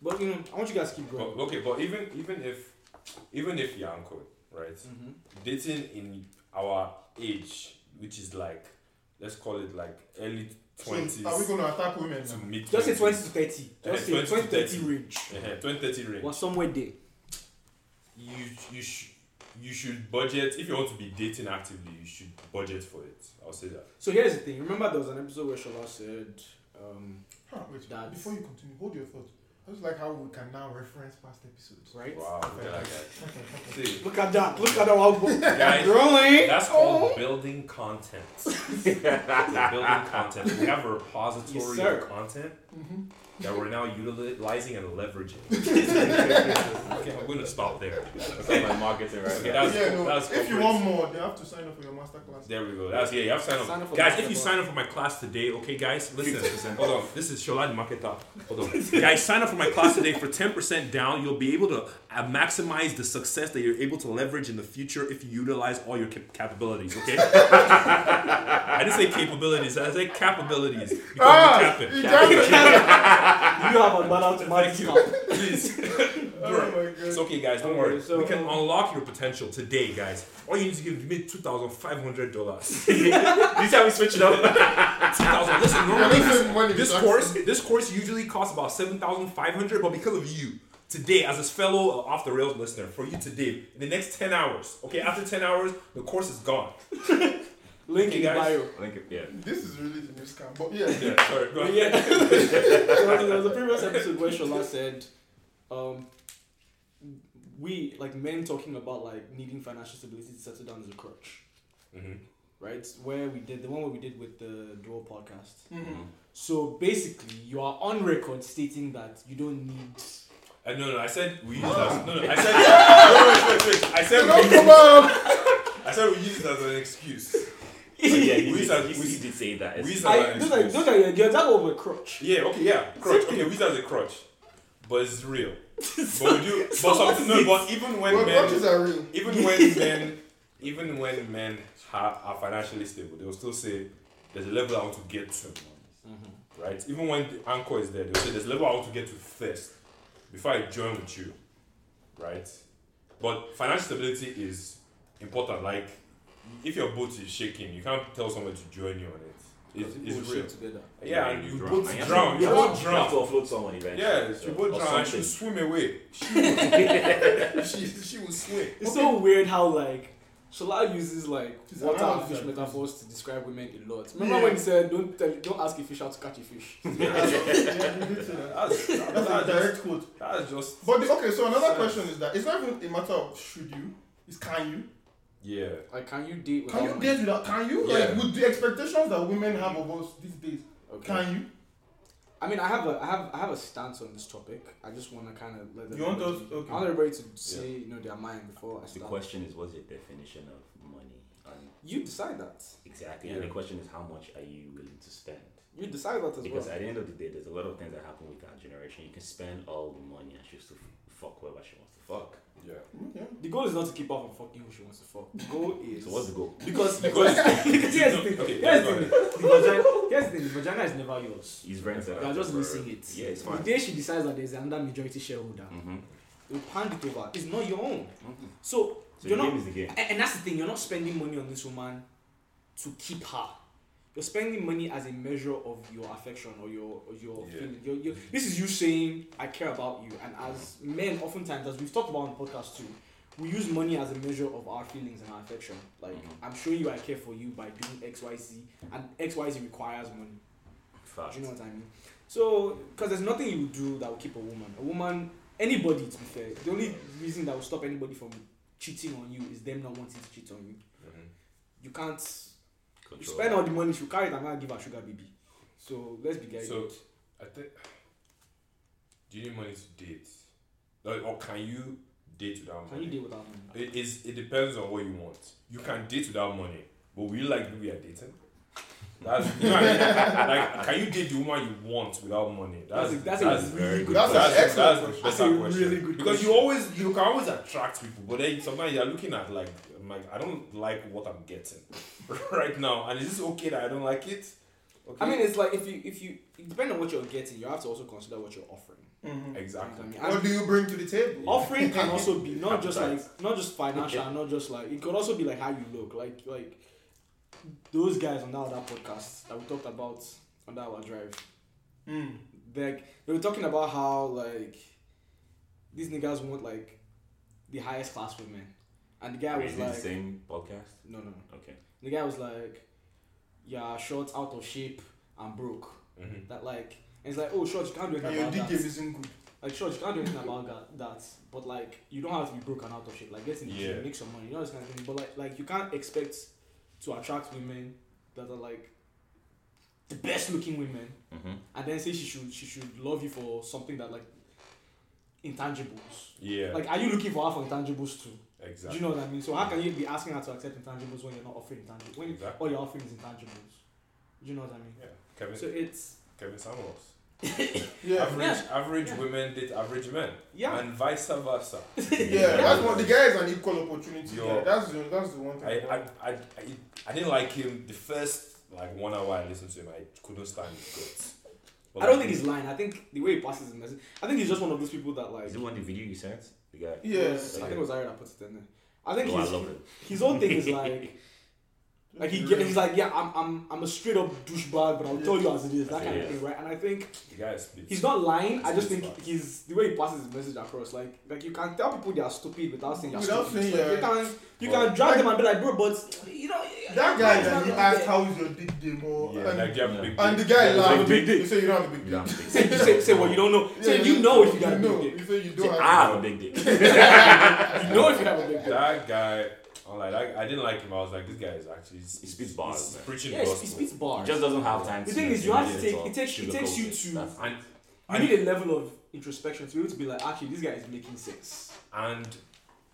Speaker 4: But you know, I want you guys to keep going.
Speaker 2: But, okay, but even even if even if you're anchored, right?
Speaker 4: Mhm.
Speaker 2: Dating in our age, which is like let's call it like early
Speaker 3: So
Speaker 2: twenties
Speaker 3: are we going to attack women
Speaker 2: to
Speaker 3: now?
Speaker 2: mid
Speaker 4: Just say twenty to thirty.
Speaker 2: Yeah,
Speaker 4: Just say
Speaker 2: 20 to
Speaker 4: twenty to thirty
Speaker 2: 30.
Speaker 4: range.
Speaker 2: twenty thirty range.
Speaker 4: Or somewhere there.
Speaker 2: you you sh- you should budget if you want to be dating actively. You should budget for it. I'll say that.
Speaker 4: So here's the thing. Remember there was an episode where Shola said, um,
Speaker 3: Huh, wait,
Speaker 4: That's-
Speaker 3: before you continue, hold your thought. I just like how we can now reference past episodes.
Speaker 4: right?
Speaker 2: Wow, look at that guy. See,
Speaker 4: Look at that. Look at how
Speaker 2: [LAUGHS] Guys,
Speaker 4: growing.
Speaker 2: [LAUGHS] that's
Speaker 4: Oh.
Speaker 2: called building content. [LAUGHS] We're building content. We have a repository
Speaker 4: Yes, sir. Mm-hmm.
Speaker 2: of content
Speaker 3: Mhm.
Speaker 2: that we're now utilizing and leveraging. okay, I'm gonna stop there.
Speaker 6: That's not my marketing right
Speaker 2: Okay,
Speaker 6: now.
Speaker 2: that's
Speaker 3: yeah, no,
Speaker 2: that's
Speaker 3: if you
Speaker 2: corporate.
Speaker 3: want more, they have to sign up for your master class.
Speaker 2: There we go. That's yeah. You have to sign up,
Speaker 4: Sign up for
Speaker 2: guys.
Speaker 4: master
Speaker 2: If you
Speaker 4: class.
Speaker 2: sign up for my class today, okay, guys. Listen,
Speaker 6: 50%
Speaker 2: hold on. This is Shola the Marketer. Hold on, guys. Sign up for my class today for ten percent down. You'll be able to uh, maximize the success that you're able to leverage in the future if you utilize all your cap- capabilities. Okay. [LAUGHS] I didn't say capabilities. I said capabilities because
Speaker 3: Ah,
Speaker 2: we cap it.
Speaker 3: you got it.
Speaker 4: You have a man out to
Speaker 2: Thank you.
Speaker 4: now.
Speaker 3: [LAUGHS]
Speaker 2: Please. [LAUGHS]
Speaker 3: Oh my God.
Speaker 2: It's okay, guys. Don't
Speaker 4: Okay,
Speaker 2: worry.
Speaker 4: so-
Speaker 2: we
Speaker 3: um,
Speaker 2: can unlock your potential today, guys. All you need to give me two thousand five hundred dollars. [LAUGHS]
Speaker 6: This time we switch it up.
Speaker 2: Two thousand. Listen, normally
Speaker 3: Yeah, listen, money
Speaker 2: this, this
Speaker 3: sucks.
Speaker 2: course this course usually costs about seven thousand five hundred, but because of you today, as a fellow uh, off the rails listener, for you today, in the next ten hours, okay, after ten hours, the course is gone.
Speaker 4: Link in
Speaker 2: Hey, guys.
Speaker 4: bio.
Speaker 6: Link it, yeah.
Speaker 3: This is really the new scam, but yeah.
Speaker 2: Yeah, sorry. Go
Speaker 4: But
Speaker 2: ahead.
Speaker 4: [LAUGHS] yeah, so there was a previous episode where Shola said, um, we like men talking about like needing financial stability to settle down as a crutch,
Speaker 2: Mhm.
Speaker 4: right? Where we did the one where we did with the dual podcast.
Speaker 3: Mhm.
Speaker 4: So basically, you are on record stating that you don't need.
Speaker 2: Uh, no, no, I said we use it as no, no, I said [LAUGHS] no, wait, wait, wait, wait. I said
Speaker 3: No,
Speaker 2: we,
Speaker 3: come on.
Speaker 2: [LAUGHS] I said we use it as an excuse.
Speaker 4: [LAUGHS]
Speaker 6: But yeah, he
Speaker 2: We
Speaker 6: did,
Speaker 2: said-
Speaker 6: he
Speaker 2: we-
Speaker 6: did say that.
Speaker 2: We use
Speaker 6: It's-
Speaker 2: it
Speaker 4: I,
Speaker 2: as
Speaker 4: those
Speaker 2: an
Speaker 4: are,
Speaker 2: excuse.
Speaker 4: those are your your example of a crutch.
Speaker 2: Yeah, okay, yeah, crutch. Okay, we use it as a crutch, but it's real. but we do, but some, no, but even when
Speaker 3: Well,
Speaker 2: men,
Speaker 3: watches
Speaker 2: [LAUGHS]
Speaker 3: are real.
Speaker 2: even when men even when men ha- are financially stable they'll still say there's a level i want to get to right even when the anchor is there they'll say there's a level i want to get to first before i join with you right but financial stability is important like if your boat is shaking you can't tell someone to join you on it it's, it's real
Speaker 4: together.
Speaker 2: yeah and you both
Speaker 6: And
Speaker 2: drown
Speaker 6: You
Speaker 2: you both
Speaker 6: You have
Speaker 2: drown
Speaker 6: to offload someone eventually.
Speaker 2: Yes, you
Speaker 6: so-
Speaker 2: both
Speaker 6: or
Speaker 2: drown and you
Speaker 6: something.
Speaker 2: swim [LAUGHS] away she, she will swim
Speaker 4: It's so weird how like Shola uses like
Speaker 3: It's
Speaker 4: water and
Speaker 3: another
Speaker 4: fish
Speaker 3: thing.
Speaker 4: metaphors to describe women a lot. Remember
Speaker 3: Yeah.
Speaker 4: when he said don't tell, don't ask a fish how to catch a
Speaker 3: [LAUGHS]
Speaker 4: fish?
Speaker 3: yeah, you did say that.
Speaker 2: that's,
Speaker 3: That's a
Speaker 2: that's, that's,
Speaker 3: direct quote.
Speaker 2: that's just
Speaker 3: But the, okay, so another question is that it's not even a matter of should you, it's can you.
Speaker 2: Yeah.
Speaker 4: Like can you date without
Speaker 3: Can you
Speaker 4: money?
Speaker 3: date without? Can you?
Speaker 2: Yeah.
Speaker 3: Like with the expectations that women have of us these days,
Speaker 4: Okay.
Speaker 3: can you?
Speaker 4: I mean I have a I have I have a stance on this topic. I just wanna kinda let
Speaker 3: You want
Speaker 4: everybody-
Speaker 3: us- okay.
Speaker 4: I want everybody to say, you know, their mind before I
Speaker 6: The
Speaker 4: start.
Speaker 6: question is, what's your definition of money? And
Speaker 4: You decide that.
Speaker 6: exactly.
Speaker 2: Yeah.
Speaker 6: And the question is, how much are you willing to spend?
Speaker 4: You decide that as
Speaker 6: Because
Speaker 4: well.
Speaker 6: at the end of the day, there's a lot of things that happen with our generation. You can spend all the money and she'll still f- fuck whoever she wants to fuck.
Speaker 2: Yeah.
Speaker 3: Okay.
Speaker 4: the goal is not to keep up on fucking who she wants to fuck. The
Speaker 6: [LAUGHS]
Speaker 4: goal is
Speaker 6: So what's the goal? [LAUGHS]
Speaker 4: because [LAUGHS] because here's the thing.
Speaker 2: Okay,
Speaker 4: Here's
Speaker 2: go
Speaker 4: the
Speaker 2: ahead.
Speaker 4: thing. The vagina here's the thing, the vagina is never yours.
Speaker 6: He's rented.
Speaker 4: They are just missing it.
Speaker 6: Yeah, it's
Speaker 4: The
Speaker 6: fine.
Speaker 4: day she decides that there's another majority shareholder,
Speaker 6: Mm-hmm.
Speaker 4: they'll hand it over. It's not your own. So,
Speaker 6: So
Speaker 4: you're
Speaker 6: the
Speaker 4: not.
Speaker 6: game is the game.
Speaker 4: a- And that's the thing, you're not spending money on this woman to keep her. You're spending money as a measure of your affection or your or your,
Speaker 2: Yeah.
Speaker 4: feeling. Your- your- This is you saying I care about you. And as
Speaker 6: Mm-hmm.
Speaker 4: men, oftentimes, as we've talked about on the podcast too, we use money as a measure of our feelings and our affection. Like
Speaker 6: Mhm.
Speaker 4: I'm showing you I care for you by doing X Y Z, and X Y Z requires money.
Speaker 6: Fact.
Speaker 4: Do you know what I mean? So, because there's nothing you do that will keep a woman. A woman, anybody, to be fair, the only reason that will stop anybody from cheating on you is them not wanting to cheat on you.
Speaker 2: Mm-hmm.
Speaker 4: You can't. You
Speaker 6: Control.
Speaker 4: spend all the money she will carry. it, I'm gonna give her sugar baby. So let's be getting
Speaker 2: So I think Do you need money to date? Like, or can you date without
Speaker 4: Can
Speaker 2: money?
Speaker 4: you deal without money?
Speaker 2: It is. It depends on what you want. You can date without money, but will you like who you are dating? That's [LAUGHS] you know what I mean? like, can you date the woman you want without money? That's
Speaker 4: That's-
Speaker 2: that's
Speaker 4: that's a
Speaker 2: that's,
Speaker 6: very good.
Speaker 3: That's
Speaker 2: that's,
Speaker 3: an
Speaker 2: that's,
Speaker 3: excellent
Speaker 2: the
Speaker 3: question.
Speaker 4: That's
Speaker 2: better
Speaker 4: a
Speaker 2: question.
Speaker 4: really good
Speaker 2: because
Speaker 4: question.
Speaker 2: you always you can always attract people, but then sometimes you're looking at like I'm like I don't like what I'm getting [LAUGHS] right now, and is this okay that I don't like it? Okay,
Speaker 4: I mean, it's like if you if you depending on what you're getting, you have to also consider what you're offering. Mm.
Speaker 2: exactly.
Speaker 4: I mean,
Speaker 3: What do you bring to the table?
Speaker 4: offering can also be not just like
Speaker 2: Appetite.
Speaker 4: not just financial, not just like it could also be like how you look, like like those guys on that other podcast that we talked about on that our drive.
Speaker 3: Mm.
Speaker 4: Like they were talking about how like these niggas want like the highest class women, and the guy
Speaker 6: Wait,
Speaker 4: was
Speaker 6: is it the
Speaker 4: like,
Speaker 6: same podcast?
Speaker 4: no no, [LAUGHS]
Speaker 6: Okay.
Speaker 4: the guy was like, yeah, short, out of shape, and broke.
Speaker 6: Mm-hmm.
Speaker 2: Mhm.
Speaker 4: That like. And it's like, oh, short, you can't do
Speaker 3: And
Speaker 4: anything
Speaker 3: your dick
Speaker 4: about that.
Speaker 3: game isn't good.
Speaker 4: Like, sure, you can't do anything about that, that, but like, you don't have to be broken out of shit. Like, get in the
Speaker 2: Yeah.
Speaker 4: gym, make some money, you know this kind of thing. But like, like, you can't expect to attract women that are like the best looking women,
Speaker 6: Mm-hmm.
Speaker 4: and then say she should she should love you for something that like intangibles.
Speaker 2: Yeah,
Speaker 4: Like, are you looking for her for intangibles too?
Speaker 2: exactly.
Speaker 4: Do you know what I mean? So how can you be asking her to accept intangibles when you're not offering intangibles? When
Speaker 2: Exactly.
Speaker 4: all you're offering is intangibles. Do you know what I mean?
Speaker 2: yeah, Kevin
Speaker 4: So it's
Speaker 2: Kevin Samuels.
Speaker 3: Yeah.
Speaker 2: Average average women date average men.
Speaker 4: yeah.
Speaker 2: And vice versa.
Speaker 3: Yeah, that's what the guy is an equal opportunity.
Speaker 2: Yo.
Speaker 3: guy. That's the that's the one thing.
Speaker 2: I, I, I, I, I didn't like him the first like one hour I listened to him. I couldn't stand his guts. But
Speaker 4: I don't
Speaker 2: like,
Speaker 4: think he's lying. I think the way he passes the message. I think he's just one of those people that like.
Speaker 6: Is it one of the video you sent? The guy.
Speaker 3: yeah.
Speaker 4: I think it was Ari that put it in there. I think
Speaker 6: Oh, I
Speaker 4: his,
Speaker 6: love it.
Speaker 4: his whole thing is like,
Speaker 6: [LAUGHS]
Speaker 4: like he get, he's like, yeah, I'm, I'm, I'm a straight up douchebag, but I'll tell you as it is, that kind of
Speaker 6: Yeah.
Speaker 4: thing, right? And I think
Speaker 2: the guy is split.
Speaker 4: he's not lying. I just think
Speaker 2: Douchebag.
Speaker 4: he's the way he passes his message across. Like, like you can tell people they are stupid without saying they're
Speaker 3: Without
Speaker 4: stupid.
Speaker 3: saying,
Speaker 4: Like,
Speaker 3: yeah.
Speaker 4: You can, you can drag them and be like, bro, but you know,
Speaker 3: That guy
Speaker 4: it's
Speaker 3: that
Speaker 4: not
Speaker 3: you
Speaker 4: like
Speaker 3: asked
Speaker 4: that.
Speaker 3: how is your dick game or
Speaker 2: yeah,
Speaker 3: and,
Speaker 2: like, you have a big
Speaker 3: and the
Speaker 2: dick.
Speaker 3: guy
Speaker 2: Yeah,
Speaker 3: laughed.
Speaker 2: big dick.
Speaker 3: You say you don't have a big dick.
Speaker 6: You don't have a big
Speaker 4: Say,
Speaker 6: dick.
Speaker 4: you say, say what you don't know. Say
Speaker 3: Yeah,
Speaker 4: you know if [LAUGHS] you got a
Speaker 3: know.
Speaker 4: big dick.
Speaker 3: You say you
Speaker 6: Say,
Speaker 3: don't have.
Speaker 2: "Ah,
Speaker 6: I have a Ah, big dick.
Speaker 4: You know if you have a big dick.
Speaker 2: That guy, I'm like, I, I didn't like him. I was like, this guy is actually he's,
Speaker 6: He spits bars,
Speaker 2: he's
Speaker 6: man.
Speaker 2: preaching
Speaker 4: Yeah,
Speaker 2: gospel.
Speaker 4: he speaks bars.
Speaker 6: He just doesn't have time.
Speaker 4: The
Speaker 6: to
Speaker 4: thing is, you
Speaker 6: do
Speaker 4: have to
Speaker 6: it
Speaker 4: take-
Speaker 6: all.
Speaker 4: it takes- it
Speaker 6: Sugarcoat
Speaker 4: takes you
Speaker 6: it.
Speaker 4: to-
Speaker 6: That's-
Speaker 2: and
Speaker 4: You need a level of introspection to be able to be like, actually, this guy is making sense.
Speaker 2: And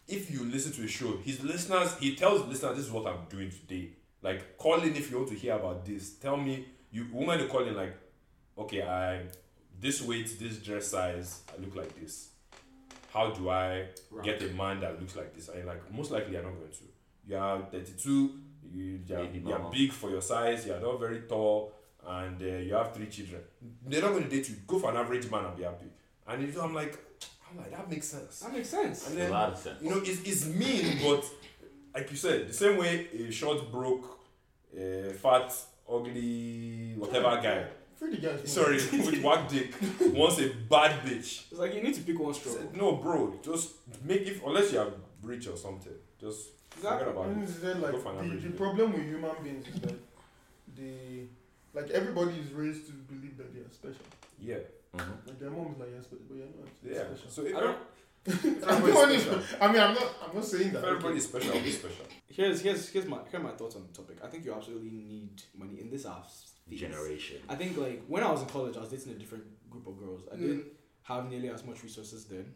Speaker 2: if you listen to a show, his listeners, he tells listeners, this is what I'm doing today. Like, call in if you want to hear about this. Tell me, you woman, you call in, like, okay, I, this weight, this dress size, I look like this. How do I get a man that looks like this? And you're like, most likely you're not going to. You are 32, you, you're,
Speaker 6: Baby
Speaker 2: you're
Speaker 6: mama.
Speaker 2: big for your size, you're not very tall, and uh, you have three children. They're not going to date you. Go for an average man and be happy. And if I'm like, I'm like, that makes sense.
Speaker 4: That makes sense.
Speaker 2: And
Speaker 4: [LAUGHS]
Speaker 6: A
Speaker 2: then
Speaker 6: lot of sense.
Speaker 2: you know, it's, it's mean, but like you said, the same way a short, broke, uh, fat, ugly, whatever guy,
Speaker 3: Free the guy.
Speaker 2: sorry, [LAUGHS] with whack dick, wants a bad bitch.
Speaker 4: It's like you need to pick one straw.
Speaker 2: Said, No, bro, just make if unless you are rich or something, just forget
Speaker 4: Exactly.
Speaker 2: about it.
Speaker 3: like
Speaker 2: Go for an average
Speaker 3: the, the
Speaker 2: dick.
Speaker 3: problem with human beings is that they like everybody is raised to believe that they are special.
Speaker 2: Yeah,
Speaker 6: Mhm.
Speaker 3: Like their mom is like you're special, but you're not
Speaker 2: yeah.
Speaker 3: special.
Speaker 2: So if,
Speaker 4: I don't.
Speaker 2: if
Speaker 3: I'm
Speaker 2: everybody is
Speaker 3: honest,
Speaker 2: special,
Speaker 3: I mean, I'm not. I'm not saying
Speaker 2: if
Speaker 3: that.
Speaker 2: everybody is special, I'll be special.
Speaker 4: Here's here's here's my here are my thoughts on the topic. I think you absolutely need money in this house.
Speaker 6: Generation.
Speaker 4: I think like when I was in college, I was dating a different group of girls. I
Speaker 3: Mm.
Speaker 4: didn't have nearly as much resources then.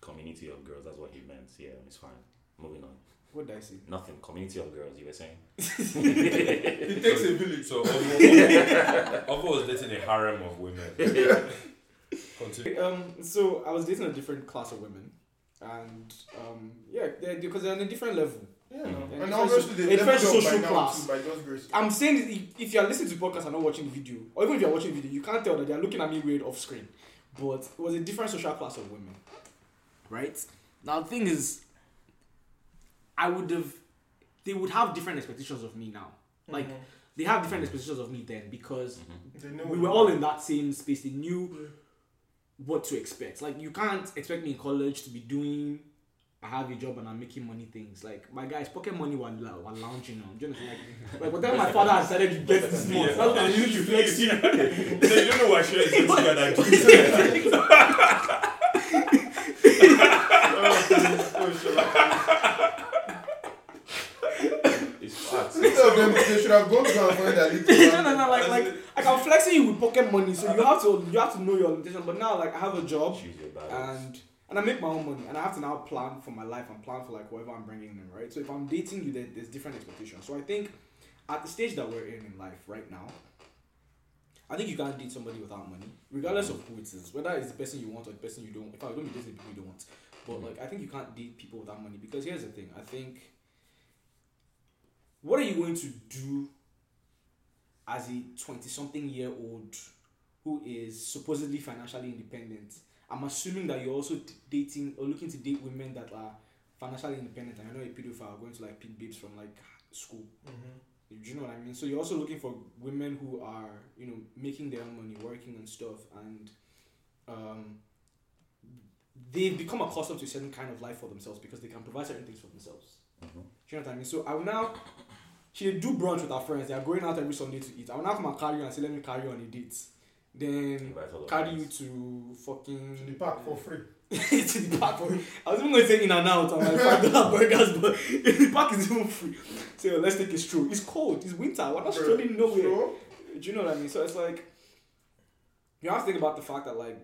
Speaker 6: Community of girls. That's what he meant. Yeah, it's fine. Moving on.
Speaker 4: What did I say?
Speaker 6: Nothing. Community of girls. You were saying.
Speaker 3: It takes a village.
Speaker 2: So
Speaker 4: [LAUGHS]
Speaker 2: Ovo Ovo was dating a harem of women. Continue.
Speaker 4: Um, so I was dating a different class of women, and um, yeah, they're, because they're on a different level.
Speaker 3: Yeah,
Speaker 6: Mhm.
Speaker 3: and
Speaker 4: It's
Speaker 3: obviously
Speaker 4: first-
Speaker 3: they
Speaker 4: it's
Speaker 3: leveled
Speaker 4: first
Speaker 3: up
Speaker 4: social
Speaker 3: by
Speaker 4: class.
Speaker 3: Now too, by God's grace.
Speaker 4: I'm saying this, if- if you're listening to podcast and not watching the video, or even if you're watching the video, you can't tell that they're looking at me weird off screen. But it was a different social class of women. Right? Now the thing is, I would have they would have different expectations of me now. Like they have different expectations of me then because
Speaker 3: They know
Speaker 4: we
Speaker 3: it.
Speaker 4: were all in that same space. They knew what to expect. Like you can't expect me in college to be doing I have a job and I'm making money things. Like my guys, pocket money were, la- were lounging on. Do you understand? Like, like whatever my father has decided to get this month, that's what I need
Speaker 2: [LAUGHS]
Speaker 4: to flex you.
Speaker 2: So you
Speaker 4: [LAUGHS]
Speaker 2: don't know why she is dating that dude.
Speaker 3: Oh, okay. Oh, sure.
Speaker 6: It's fast.
Speaker 3: Instead of them, [LAUGHS] they should have gone to and find a
Speaker 4: [LAUGHS] no,
Speaker 3: little.
Speaker 4: no, no, like, like, like I'm flexing you with pocket money, so you have to, you have to know your limitation. But now, like, I have a job,
Speaker 6: Choose your battles.
Speaker 4: and and I make my own money, and I have to now plan for my life and plan for like whatever I'm bringing them, right? So if I'm dating you, then there's different expectations. So I think at the stage that we're in in life right now, I think you can't date somebody without money, regardless of who it is, whether it's the person you want or the person you don't. In fact, don't be dating people you don't want. But like, I think you can't date people without money because here's the thing. I think what are you going to do as a 20 something year old who is supposedly financially independent i'm assuming that you're also t- dating or looking to date women that are financially independent and you're not a pedophile going to like pick babes from like school
Speaker 3: Mm-hmm.
Speaker 4: do you know what i mean so you're also looking for women who are you know making their own money working and stuff and um they've become accustomed to a certain kind of life for themselves because they can provide certain things for themselves do you know what I mean? So I will now. She do brunch with her friends. They are going out every Sunday to eat. I will now come and carry you and say, "Let me carry you on a date." Then
Speaker 6: Invite all the
Speaker 4: carry you
Speaker 6: friends.
Speaker 4: to fucking
Speaker 3: To the park for free.
Speaker 4: to the park. For, I was even going to say in and out and like five dollar [LAUGHS] burgers, but the park is even free. So yo, let's take a stroll. It's cold. It's winter. We're not
Speaker 3: Bro,
Speaker 4: strolling nowhere.
Speaker 3: So,
Speaker 4: Do you know what I mean? So it's like you have to think about the fact that like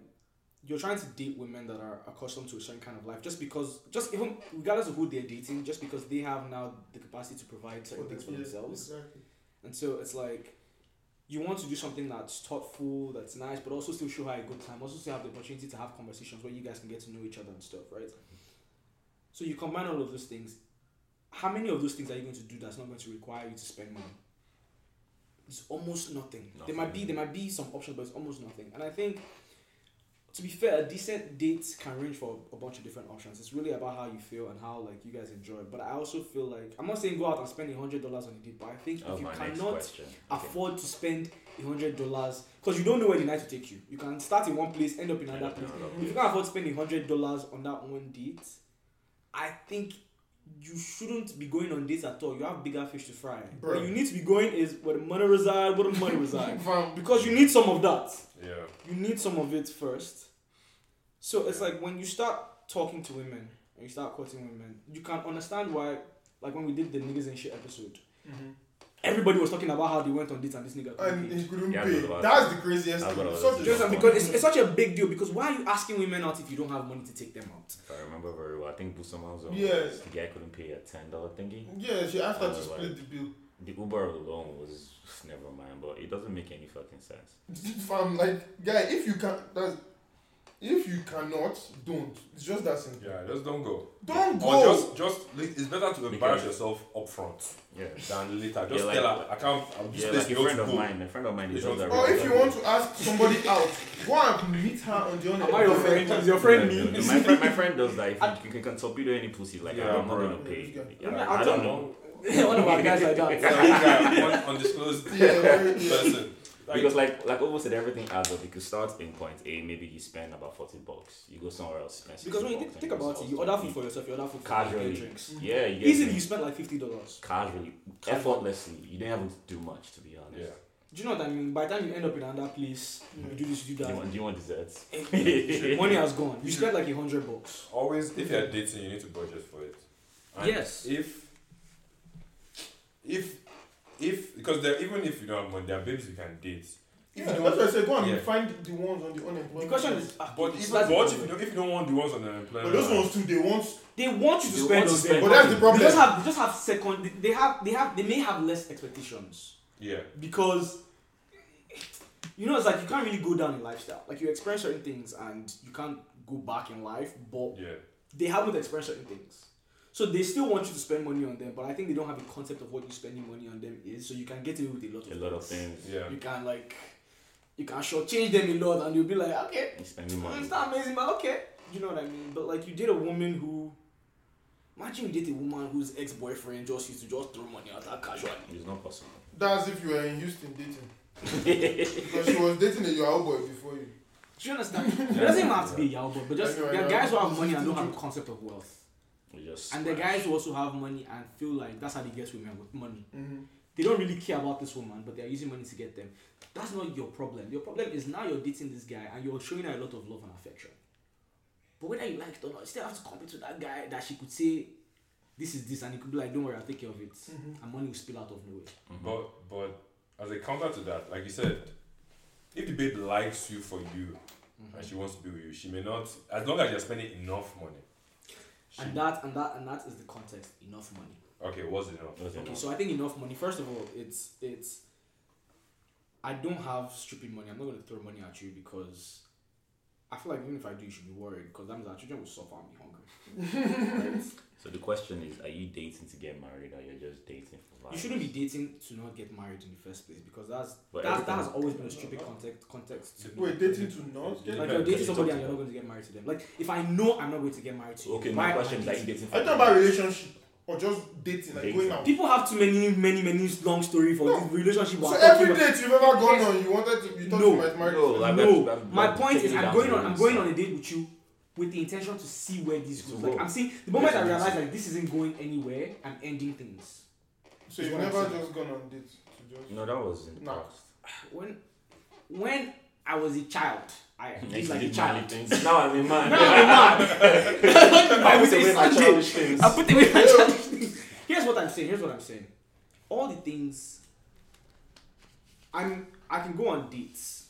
Speaker 4: you're trying to date women that are accustomed to a certain kind of life just because just even regardless of who they're dating, just because they have now the capacity to provide certain things for
Speaker 3: yeah,
Speaker 4: themselves.
Speaker 3: Exactly.
Speaker 4: And so it's like you want to do something that's thoughtful, that's nice, but also still show her a good time. Also still have the opportunity to have conversations where you guys can get to know each other and stuff, right? So you combine all of those things. How many of those things are you going to do that's not going to require you to spend money? It's almost nothing. There might be there might be some options, but it's almost nothing. And I think to be fair, a decent date can range for a bunch of different options. It's really about how you feel and how like you guys enjoy. But I also feel like I'm not saying go out and spend hundred dollars on a date, but I think
Speaker 6: That
Speaker 4: if
Speaker 6: was
Speaker 4: you
Speaker 6: Oh my next
Speaker 4: cannot
Speaker 6: question. Okay.
Speaker 4: afford to spend hundred dollars because you don't know where the night will take you. You can start in one place, end up in
Speaker 6: End
Speaker 4: another
Speaker 6: up in
Speaker 4: place.
Speaker 6: another
Speaker 4: If you
Speaker 6: place.
Speaker 4: can't afford to spend hundred dollars on that one date, I think you shouldn't be going on dates at all. You have bigger fish to fry.
Speaker 3: Bro.
Speaker 4: Where you need to be going is where the money reside, where the money reside.
Speaker 3: Fam,
Speaker 4: because you need some of that
Speaker 2: Yeah.
Speaker 4: you need some of it first. So it's like when you start talking to women and you start quoting women, you can understand why. Like when we did the niggas and shit episode, Mm-hmm. everybody was talking about how they went on dates and this nigga. couldn't
Speaker 3: And
Speaker 4: pay.
Speaker 3: he couldn't
Speaker 6: Yeah,
Speaker 3: pay.
Speaker 6: but what-
Speaker 3: That's the craziest
Speaker 6: that's what I
Speaker 3: thing.
Speaker 6: was
Speaker 3: Such a-
Speaker 4: Just
Speaker 6: Just
Speaker 4: because it's, it's such a big deal. Because why are you asking women out if you don't have money to take them out?
Speaker 6: If I remember very well, I think Busa Malzo.
Speaker 3: Yes.
Speaker 6: The guy couldn't pay a ten dollar thingy.
Speaker 3: Yeah, she asked her
Speaker 6: Uh,
Speaker 3: to split
Speaker 6: like-
Speaker 3: the bill. [LAUGHS]
Speaker 6: The Uber alone was never mind, but it doesn't make any fucking sense.
Speaker 3: Fam, like, guy, if you can, that's, if you cannot, don't. It's just that simple.
Speaker 2: Yeah, just don't go.
Speaker 3: Don't
Speaker 2: Or
Speaker 3: go.
Speaker 2: just, just, it's better to embarrass yourself up front
Speaker 6: Yeah.
Speaker 2: than later. Just
Speaker 6: Yeah,
Speaker 2: tell
Speaker 6: like-
Speaker 2: her, I can't, I'm just
Speaker 6: Yeah, like a
Speaker 2: you
Speaker 6: friend
Speaker 2: don't
Speaker 6: of
Speaker 2: go.
Speaker 6: mine. A friend of mine.
Speaker 2: You
Speaker 6: He does
Speaker 2: don't-
Speaker 6: that
Speaker 3: Or
Speaker 4: Oh,
Speaker 3: if you
Speaker 6: regularly.
Speaker 3: want to ask somebody out, go and meet her on the
Speaker 4: [LAUGHS] Am I your friend? Is your friend
Speaker 6: Yeah,
Speaker 4: me?
Speaker 6: no, My friend, my friend does that. If you, you can torpedo any pussy, like
Speaker 2: Yeah,
Speaker 6: I'm not
Speaker 2: bro.
Speaker 6: gonna pay.
Speaker 3: Yeah,
Speaker 6: Yeah,
Speaker 4: I'm
Speaker 6: I don't know
Speaker 4: [LAUGHS] One of our guys like
Speaker 6: [LAUGHS]
Speaker 2: So
Speaker 4: that.
Speaker 2: I think I'm one undisclosed
Speaker 3: Yeah, very- yeah.
Speaker 2: person. Like,
Speaker 6: because like like almost said, everything adds up. You could start in point A, maybe you spend about forty bucks. You go somewhere else, spend 60
Speaker 4: Because when you
Speaker 6: bucks,
Speaker 4: think,
Speaker 6: and
Speaker 4: think
Speaker 6: go
Speaker 4: about it, you
Speaker 6: somewhere
Speaker 4: order
Speaker 6: else.
Speaker 4: food for yourself, you order food for
Speaker 6: Casually.
Speaker 4: your drinks.
Speaker 6: Yeah, you get
Speaker 4: Easily,
Speaker 6: me.
Speaker 4: you spend like fifty dollars.
Speaker 6: casually, effortlessly. You do not have to do much, to be
Speaker 2: yeah.
Speaker 6: honest.
Speaker 4: Do you know what I mean? By the time you end up in another place, you do this, you do
Speaker 6: Do you
Speaker 4: that.
Speaker 6: want, do you want desserts?
Speaker 4: [LAUGHS] money has gone. You spent like a hundred bucks.
Speaker 2: Always, if you're dating, you need to budget for it.
Speaker 4: Yes.
Speaker 2: If, if, if, because there, even if you don't have money, there are babes you can date. If
Speaker 3: Yeah,
Speaker 2: you
Speaker 3: that's
Speaker 2: don't,
Speaker 3: why I said go and
Speaker 2: Yeah.
Speaker 3: find the ones on the unemployed.
Speaker 4: The question is,
Speaker 3: list.
Speaker 4: ah,
Speaker 2: but
Speaker 4: that's
Speaker 2: even,
Speaker 4: the
Speaker 2: but what if you
Speaker 4: problem.
Speaker 2: don't, if you don't want the ones on the
Speaker 6: Uh,
Speaker 2: unemployment?
Speaker 3: But those ones too, they want.
Speaker 4: they want you to
Speaker 6: They
Speaker 4: spend
Speaker 6: want to
Speaker 4: on
Speaker 6: spend
Speaker 4: them?
Speaker 3: But that's the
Speaker 4: They
Speaker 3: problem.
Speaker 4: just have, they just have second. they- They have, they have, they may have less expectations
Speaker 2: Yeah.
Speaker 4: because you know it's like you can't really go down in lifestyle. Like you experience certain things and you can't go back in life, but
Speaker 2: Yeah.
Speaker 4: they haven't experienced certain things. So they still want you to spend money on them, but I think they don't have a concept of what you spending money on them is. So you can get away with a lot
Speaker 6: A
Speaker 4: of
Speaker 6: lot of things.
Speaker 2: Yeah.
Speaker 4: You can like, you can shortchange them a lot, and you'll be like, okay,
Speaker 6: You spending
Speaker 4: Mm,
Speaker 6: money.
Speaker 4: It's not amazing, but okay. You know what I mean? But like you did a woman who imagine you did a woman whose ex boyfriend just used to just throw money at her casually.
Speaker 6: It's not possible.
Speaker 3: That's if you were in Houston
Speaker 6: [LAUGHS]
Speaker 3: dating. because she was dating a Yahoo boy before you.
Speaker 4: Do you understand? it doesn't even have to be a yao, but, but just
Speaker 3: Anyway,
Speaker 4: there are
Speaker 3: yeah.
Speaker 4: guys who have money and don't have a concept of wealth.
Speaker 6: You just
Speaker 4: And the
Speaker 6: smash.
Speaker 4: guys who also have money and feel like that's how they get women with money.
Speaker 3: Mhm.
Speaker 4: They don't really care about this woman, but they're using money to get them. That's not your problem. Your problem is now you're dating this guy and you're showing her a lot of love and affection. But whether you like it or not, you still have to compete with that guy that she could say this is this, and it could be like, don't worry, I'll take care of it, and money will spill out of nowhere.
Speaker 6: Mm-hmm.
Speaker 2: But but as a counter to that, like you said, if the babe likes you for you
Speaker 6: Mm-hmm.
Speaker 2: and she wants to be with you, she may not as long as you're spending enough money. She,
Speaker 4: And that and that and that is the context. Enough money.
Speaker 2: okay, what's enough?
Speaker 6: That's
Speaker 4: Okay,
Speaker 6: enough.
Speaker 4: so I think enough money. First of all, it's it's. I don't have stupid money. I'm not gonna throw money at you because I feel like even if I do, you should be worried because that means our children will suffer and be hungry.
Speaker 6: [LAUGHS]
Speaker 4: Right?
Speaker 6: So the question is, are you dating to get married or you're just dating for life?
Speaker 4: You shouldn't be dating to not get married in the first place because that's
Speaker 6: But
Speaker 4: that's, that
Speaker 6: everything-
Speaker 4: has always been a stupid context context. to me.
Speaker 3: Wait, dating to not get
Speaker 4: Like
Speaker 2: Yeah,
Speaker 4: you're
Speaker 2: but
Speaker 4: dating
Speaker 2: you
Speaker 4: somebody
Speaker 6: talked
Speaker 4: and you're not going to get married to them. Like if I know I'm not going to get married to you,
Speaker 6: Okay,
Speaker 4: why
Speaker 6: my
Speaker 4: am I
Speaker 6: question is, are you
Speaker 4: dating?
Speaker 6: dating for
Speaker 3: Are you talking
Speaker 6: life?
Speaker 3: about relationship or just dating, like going out?
Speaker 4: People have too many, many, many long story for
Speaker 3: No.
Speaker 4: relationship.
Speaker 3: So
Speaker 4: we're
Speaker 3: every
Speaker 4: talking about-
Speaker 3: date you've ever gone on, you wanted to, you thought
Speaker 4: No.
Speaker 3: you might marry.
Speaker 6: No, like,
Speaker 4: no,
Speaker 6: I've- I've-
Speaker 4: my
Speaker 6: I've
Speaker 4: point
Speaker 6: taken
Speaker 4: is
Speaker 6: it
Speaker 4: I'm
Speaker 6: down
Speaker 4: going
Speaker 6: to
Speaker 4: on. I'm
Speaker 6: this.
Speaker 4: going on a date with you with the intention to see where this
Speaker 6: To
Speaker 4: goes.
Speaker 6: go.
Speaker 4: Like I'm seeing the moment I
Speaker 6: Yes,
Speaker 4: realize
Speaker 6: yes.
Speaker 4: that this isn't going anywhere, I'm ending things.
Speaker 3: So you've never just gone on dates to just.
Speaker 6: No, that was in the
Speaker 3: No.
Speaker 6: past.
Speaker 4: When, when I was a child, I did like a
Speaker 6: did manly
Speaker 4: child. [LAUGHS]
Speaker 6: [LAUGHS] things. Now I'm a man.
Speaker 4: Now I'm a man.
Speaker 6: [LAUGHS]
Speaker 4: I
Speaker 6: I put away my
Speaker 4: Sunday.
Speaker 6: childish things.
Speaker 4: I put away my childish things. Here's what I'm saying. Here's what I'm saying. All the things. I'm. I can go on dates,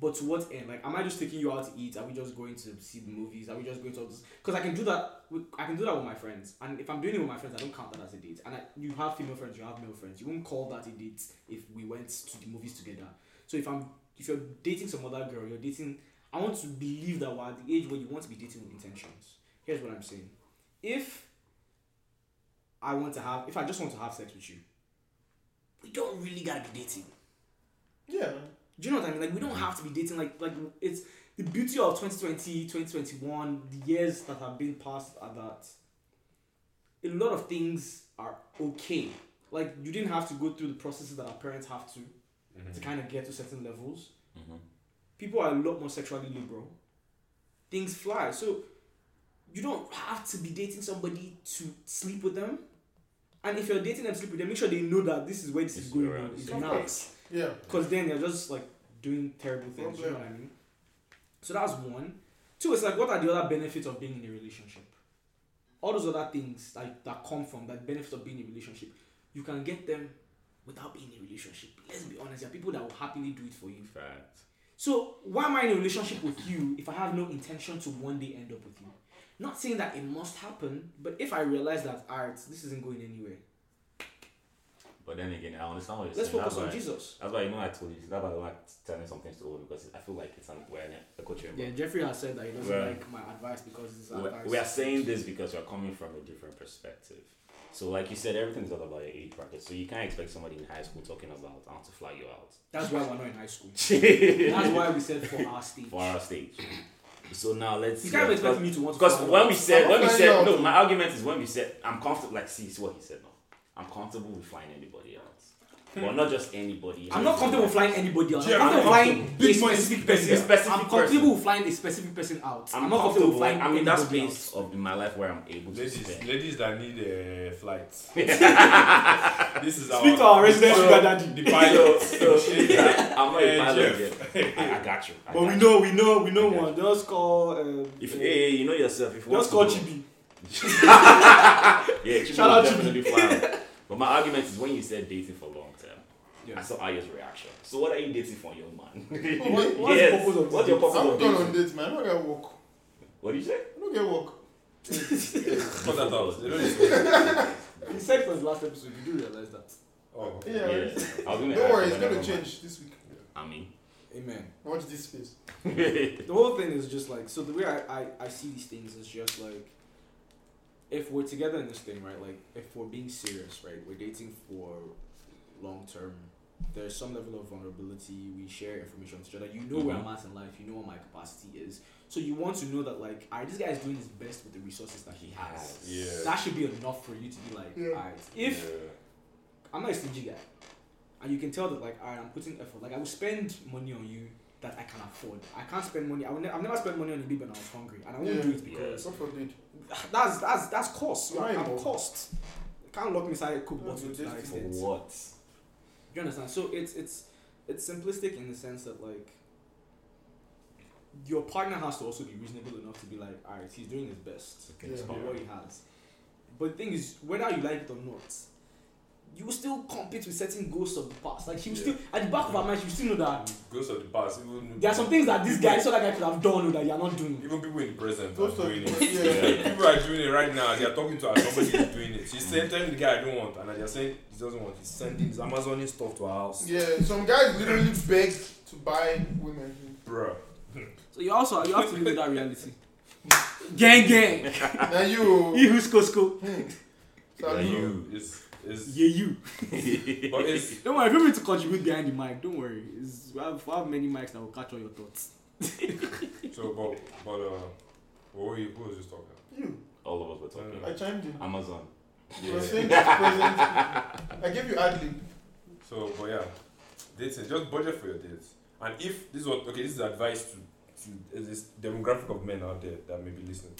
Speaker 4: but to what end? Like, am I just taking you out to eat? Are we just going to see the movies? Are we just going to all this? Because I can do that. With, I can do that with my friends, and if I'm doing it with my friends, I don't count that as a date. And I, you have female friends, you have male friends. You won't call that a date if we went to the movies together. So if I'm, if you're dating some other girl, you're dating. I want to believe that we're at the age where you want to be dating with intentions. Here's what I'm saying if I want to have, if I just want to have sex with you, we don't really gotta be dating.
Speaker 3: Yeah.
Speaker 4: Do you know what I mean? Like we don't have to be dating. Like like it's the beauty of 2020, 2021, the years that have been passed are that a lot of things are okay. Like you didn't have to go through the processes that our parents have to
Speaker 6: Mm-hmm.
Speaker 4: to kind of get to certain levels. People are a lot more sexually liberal. Things fly. So you don't have to be dating somebody to sleep with them. And if you're dating them, sleep with them, make sure they know that this is where this,
Speaker 6: This
Speaker 4: is
Speaker 6: is
Speaker 4: going
Speaker 6: where
Speaker 4: on.
Speaker 6: I'm
Speaker 4: It's
Speaker 6: going.
Speaker 4: not.
Speaker 3: Yeah.
Speaker 4: Because then you're just like doing terrible things, you know what I mean? So that's one. Two, it's like what are the other benefits of being in a relationship? All those other things like that come from that benefit of being in a relationship, you can get them without being in a relationship. Let's be honest, there are people that will happily do it for you.
Speaker 6: Fact.
Speaker 4: So why am I in a relationship with you if I have no intention to one day end up with you? Not saying that it must happen, but if I realize that alright, this isn't going anywhere,
Speaker 6: But then again, I understand what you're
Speaker 4: let's
Speaker 6: saying.
Speaker 4: focus
Speaker 6: That's
Speaker 4: on
Speaker 6: why-
Speaker 4: Jesus.
Speaker 6: That's why you know I told you. That's why I'm not telling something to all because I feel like it's an we're in a culture.
Speaker 4: Yeah, Jeffrey has said that he doesn't
Speaker 6: Well,
Speaker 4: like my advice because it's
Speaker 6: we're,
Speaker 4: advice.
Speaker 6: we are saying this because we're coming from a different perspective. So, like you said, everything's all about your age bracket. So you can't expect somebody in high school talking about how to fly you
Speaker 4: [LAUGHS]
Speaker 6: out.
Speaker 4: That's why we're not in high
Speaker 6: [LAUGHS]
Speaker 4: school. That's why we said for our stage.
Speaker 6: for our stage. So now let's.
Speaker 4: You can't
Speaker 6: yeah,
Speaker 4: expect
Speaker 6: because-
Speaker 4: me to want to.
Speaker 6: Because
Speaker 4: find
Speaker 6: when
Speaker 4: out.
Speaker 6: we said,
Speaker 3: I'm
Speaker 6: when we
Speaker 3: flying
Speaker 6: said,
Speaker 3: out.
Speaker 6: no, my argument is when we said, I'm comfortable. Like, see, it's what he said. No, I'm comfortable with flying anybody else, but not just anybody.
Speaker 4: Hmm. I'm not comfortable flying anybody else.
Speaker 2: Yeah,
Speaker 4: I'm comfortable
Speaker 2: I'm
Speaker 4: flying a specific person.
Speaker 6: A specific
Speaker 4: I'm comfortable
Speaker 6: person.
Speaker 4: with flying a specific person out.
Speaker 6: I'm,
Speaker 4: not
Speaker 6: comfortable.
Speaker 4: comfortable flying
Speaker 6: I'm in that
Speaker 4: anybody
Speaker 6: space of in my life where I'm able to
Speaker 2: Ladies,
Speaker 4: [LAUGHS]
Speaker 6: spend.
Speaker 2: ladies that need a flight.
Speaker 6: [LAUGHS]
Speaker 2: this is our
Speaker 4: Speak to our resident
Speaker 2: the
Speaker 4: sugar daddy.
Speaker 2: The pilot.
Speaker 6: [LAUGHS] So, so,
Speaker 2: Shit,
Speaker 6: yeah,
Speaker 2: like,
Speaker 6: I'm not a
Speaker 2: Yeah,
Speaker 6: pilot
Speaker 2: Jeff.
Speaker 6: yet. I, I got you. I
Speaker 4: But
Speaker 6: got
Speaker 4: we
Speaker 6: you.
Speaker 4: know, we know, we know
Speaker 6: Okay.
Speaker 4: one. Just call. Um,
Speaker 6: If
Speaker 4: uh,
Speaker 6: hey, you know yourself, if you want
Speaker 4: just
Speaker 6: to
Speaker 4: call
Speaker 6: go-
Speaker 4: Chibi.
Speaker 6: yeah, Chibi
Speaker 4: Shout
Speaker 6: will
Speaker 4: out
Speaker 6: definitely fly.
Speaker 4: [LAUGHS]
Speaker 6: But my argument is when you said dating for long term,
Speaker 4: Yeah.
Speaker 6: I saw Aya's reaction. So what are you dating for, young man?
Speaker 3: what-
Speaker 4: what's the
Speaker 6: yes.
Speaker 4: purpose of
Speaker 6: what's
Speaker 4: this
Speaker 6: your purpose
Speaker 3: I'm
Speaker 6: of
Speaker 3: not going on
Speaker 6: dating?
Speaker 3: dates, man. I don't get work.
Speaker 6: What did you say?
Speaker 3: I don't get work.
Speaker 2: cut that out. They don't need-
Speaker 4: [LAUGHS] He said from the last episode. You do realize that.
Speaker 2: Oh, okay.
Speaker 3: Yeah.
Speaker 6: Yeah. I was gonna
Speaker 3: Don't
Speaker 6: ask
Speaker 3: worry,
Speaker 6: you,
Speaker 3: it's going to
Speaker 6: but never mind.
Speaker 3: change this week.
Speaker 6: I mean,
Speaker 4: Amen.
Speaker 3: Watch this space.
Speaker 4: [LAUGHS] The whole thing is just like so. The way I, I, I see these things is just like if we're together in this thing, right? Like if we're being serious, right? We're dating for long term. There's some level of vulnerability. We share information with each other. You know where I'm at in life. You know what my capacity is. So you want to know that like, alright, this guy is doing his best with the resources that he has.
Speaker 2: Yeah.
Speaker 4: That should be enough for you to be like,
Speaker 3: Yeah.
Speaker 4: alright, if
Speaker 2: Oh, Yeah.
Speaker 4: I'm not a stingy guy. And you can tell that like alright, I'm putting effort. Like I will spend money on you that I can afford. I can't spend money. I will ne- I've never spent money on a babe when I was hungry, and I won't
Speaker 3: Yeah.
Speaker 4: do it because
Speaker 3: It's not for date.
Speaker 4: that's that's that's cost.
Speaker 3: Why
Speaker 4: I'm, I'm
Speaker 3: involved?
Speaker 4: cost. You can't lock me inside a cook
Speaker 3: Yeah,
Speaker 4: bottle
Speaker 3: but
Speaker 4: to that
Speaker 3: just
Speaker 6: for
Speaker 4: extent.
Speaker 6: what?
Speaker 4: You understand? So it's it's it's simplistic in the sense that like your partner has to also be reasonable enough to be like, alright, he's doing his best
Speaker 6: Okay,
Speaker 3: Yeah.
Speaker 6: it's
Speaker 4: about
Speaker 6: fine.
Speaker 4: what he has. But the thing is, whether you like it or not, you will still compete with certain ghosts of the past. Like you will
Speaker 2: Yeah. Mm.
Speaker 4: still at the back of our minds, you still know that
Speaker 2: Ghosts of the past. Even
Speaker 4: there are some things that this guy, this other guy could have done or that you are not doing.
Speaker 2: Even people in the present
Speaker 3: Ghosts
Speaker 2: are
Speaker 3: of
Speaker 2: doing
Speaker 3: the
Speaker 2: it.
Speaker 3: past,
Speaker 2: Yeah. people are doing it right now. They are talking to her. Somebody is [LAUGHS] doing it. She's saying, telling the guy I don't want, and they're saying he doesn't want. He's sending his Amazoning stuff to her house.
Speaker 3: Yeah, some guys literally beg to buy women.
Speaker 2: Bruh.
Speaker 4: So you also you have to live with that reality. gang gang.
Speaker 2: [LAUGHS]
Speaker 3: now you, Hmm.
Speaker 4: You who's Costco.
Speaker 3: Salu.
Speaker 6: you.
Speaker 2: It's
Speaker 4: [LAUGHS]
Speaker 2: it's
Speaker 4: Yeah you.
Speaker 2: but it's
Speaker 4: Don't worry, feel free to contribute behind the mic. Don't worry. It's, we, have, we have many mics that will catch all your thoughts.
Speaker 2: so but but uh what were you who was just talking
Speaker 3: you.
Speaker 6: All of us were
Speaker 3: [LAUGHS]
Speaker 6: talking.
Speaker 3: I chimed in.
Speaker 6: Amazon.
Speaker 3: You were
Speaker 2: about?
Speaker 3: saying present. I gave you ad lib.
Speaker 2: So but yeah. Dating, just budget for your dates. And if this is what okay, this is advice to, to uh, this demographic of men out there that may be listening.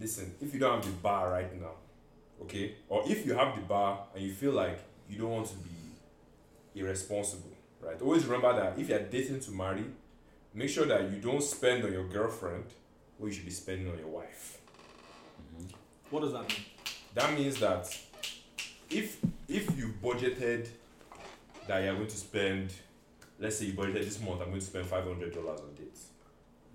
Speaker 2: Listen, if you don't have the bar right now, okay, or if you have the bar and you feel like you don't want to be irresponsible, right? Always remember that if you're dating to marry, make sure that you don't spend on your girlfriend what you should be spending on your wife.
Speaker 4: What does that mean?
Speaker 2: that means that if if you budgeted that you're going to spend let's say you budgeted this month i'm going to spend five hundred dollars on dates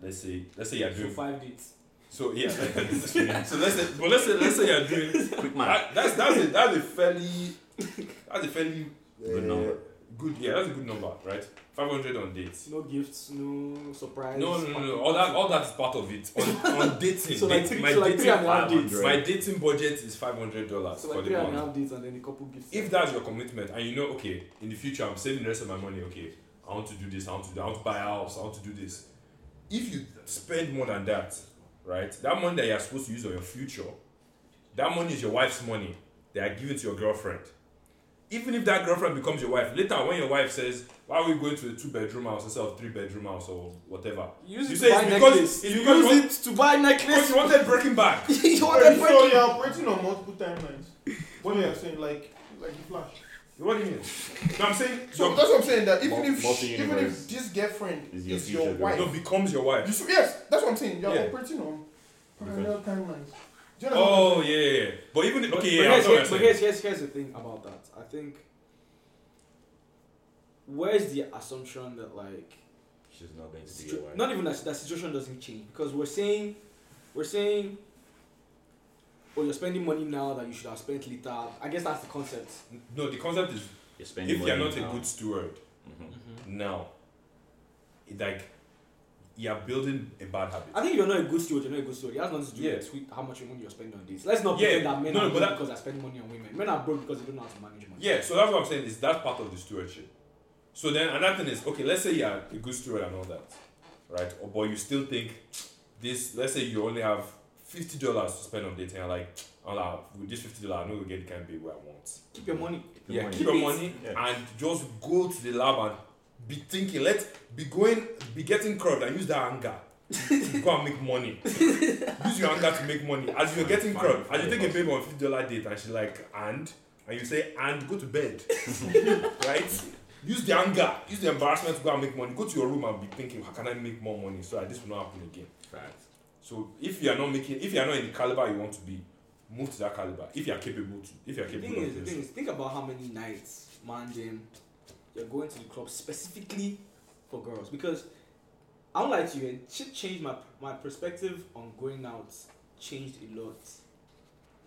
Speaker 2: let's say let's say you're
Speaker 4: So
Speaker 2: doing
Speaker 4: five dates.
Speaker 2: so yeah [LAUGHS] so let's say but let's say let's say you're doing
Speaker 6: Quick man.
Speaker 2: that, that's that's a, that's a fairly that's a fairly
Speaker 4: Eh,
Speaker 6: Good number.
Speaker 2: good yeah that's a good number right 500 on dates
Speaker 4: No gifts, no surprise.
Speaker 2: no no no, no. all that all that's part of it on,
Speaker 4: [LAUGHS]
Speaker 2: on dating
Speaker 4: So like
Speaker 2: Dating-
Speaker 4: three,
Speaker 2: my,
Speaker 4: so like three
Speaker 2: dating,
Speaker 4: and a half dates.
Speaker 2: my dating budget is 500 dollars
Speaker 4: So
Speaker 2: for
Speaker 4: like
Speaker 2: the
Speaker 4: three
Speaker 2: month
Speaker 4: and a half dates and then a couple gifts.
Speaker 2: if that's your commitment and you know okay in the future i'm saving the rest of my money okay i want to do this i want to do i want to buy a house i want to do this if you spend more than that right that money that you're supposed to use on your future that money is your wife's money they are giving to your girlfriend even if that girlfriend becomes your wife later when your wife says why are we going to a two bedroom house instead of three bedroom house or whatever
Speaker 4: Use
Speaker 2: You
Speaker 4: it
Speaker 2: say
Speaker 4: to
Speaker 2: it's
Speaker 4: buy
Speaker 2: because-
Speaker 4: necklace.
Speaker 2: it's
Speaker 4: You
Speaker 2: because you
Speaker 4: use it to buy
Speaker 2: because [LAUGHS]
Speaker 4: necklace.
Speaker 2: you wanted breaking back
Speaker 4: You wanted
Speaker 3: So
Speaker 4: bread.
Speaker 3: you're operating on multiple timelines. What you are saying, like like the flash.
Speaker 2: what
Speaker 4: [LAUGHS]
Speaker 2: do you mean no i'm saying
Speaker 3: So
Speaker 2: your,
Speaker 3: that's what I'm saying. That even
Speaker 6: Mul-
Speaker 3: if even
Speaker 6: multi-universe
Speaker 3: if this girlfriend
Speaker 6: is
Speaker 3: is
Speaker 6: your
Speaker 3: your,
Speaker 6: future girl.
Speaker 3: wife,
Speaker 2: no becomes your wife
Speaker 3: you should, yes, that's what I'm saying. You're
Speaker 2: Yeah.
Speaker 3: operating on
Speaker 2: Because-
Speaker 3: parallel timelines. Do you understand what
Speaker 2: oh yeah, yeah, yeah. but even
Speaker 4: But-
Speaker 2: okay yeah, I
Speaker 4: but,
Speaker 2: know what you're
Speaker 4: here's, here's, but
Speaker 2: saying.
Speaker 4: here's, here's, here's the thing about that. I think where's the assumption that like
Speaker 6: She's not going to be your
Speaker 4: situ-
Speaker 6: wife.
Speaker 4: not even that, that situation doesn't change because we're saying we're saying oh you're spending money now that you should have spent later. I guess that's the concept.
Speaker 2: no the concept is
Speaker 6: You're spending
Speaker 2: if
Speaker 6: money
Speaker 2: you're not
Speaker 6: now.
Speaker 2: a good steward
Speaker 6: Mhm.
Speaker 2: now, it, like you're building a bad habit.
Speaker 4: I think if you're not a good steward, you're not a good steward. It has nothing to do
Speaker 2: Yeah.
Speaker 4: with how much money you're spending on this. Let's not
Speaker 2: Yeah.
Speaker 4: pretend that men
Speaker 2: No,
Speaker 4: are
Speaker 2: no, but
Speaker 4: broke
Speaker 2: that-
Speaker 4: because they spend money on women. Men are broke because they don't know how to manage money.
Speaker 2: yeah, so that's what I'm saying is that's part of the stewardship. So then another thing is okay, let's say you're a good steward and all that, right? Or, but you still think this. Let's say you only have fifty dollars to spend on dating. You're like, I'm like, with this fifty dollars, I know we get the kind of babe where I want.
Speaker 4: Keep your money.
Speaker 6: Good
Speaker 2: yeah,
Speaker 6: morning.
Speaker 2: keep your money
Speaker 6: Yeah.
Speaker 2: and just go to the lab and be thinking. Let be going, be getting crowd and use that anger. to go and make
Speaker 4: [LAUGHS]
Speaker 2: money. use your anger to make money. As you're getting
Speaker 6: Fine,
Speaker 2: crowd,
Speaker 6: fine,
Speaker 2: as you take a
Speaker 6: fine.
Speaker 2: baby on fifty dollar date and she's like, and and you say, and go to bed,
Speaker 4: [LAUGHS]
Speaker 2: right? Use the anger, use the embarrassment to go and make money. Go to your room and be thinking, how can I make more money so that this will not happen again.
Speaker 6: Facts.
Speaker 2: So if you are not making, if you are not in the caliber you want to be, move to that caliber. If you are capable to, if you are
Speaker 4: The
Speaker 2: capable
Speaker 4: thing
Speaker 2: of
Speaker 4: is, the
Speaker 2: doing
Speaker 4: thing is, think about how many nights, man, Jim, you're going to the club specifically for girls. Because I'm like you, and shit changed my my perspective on going out changed a lot.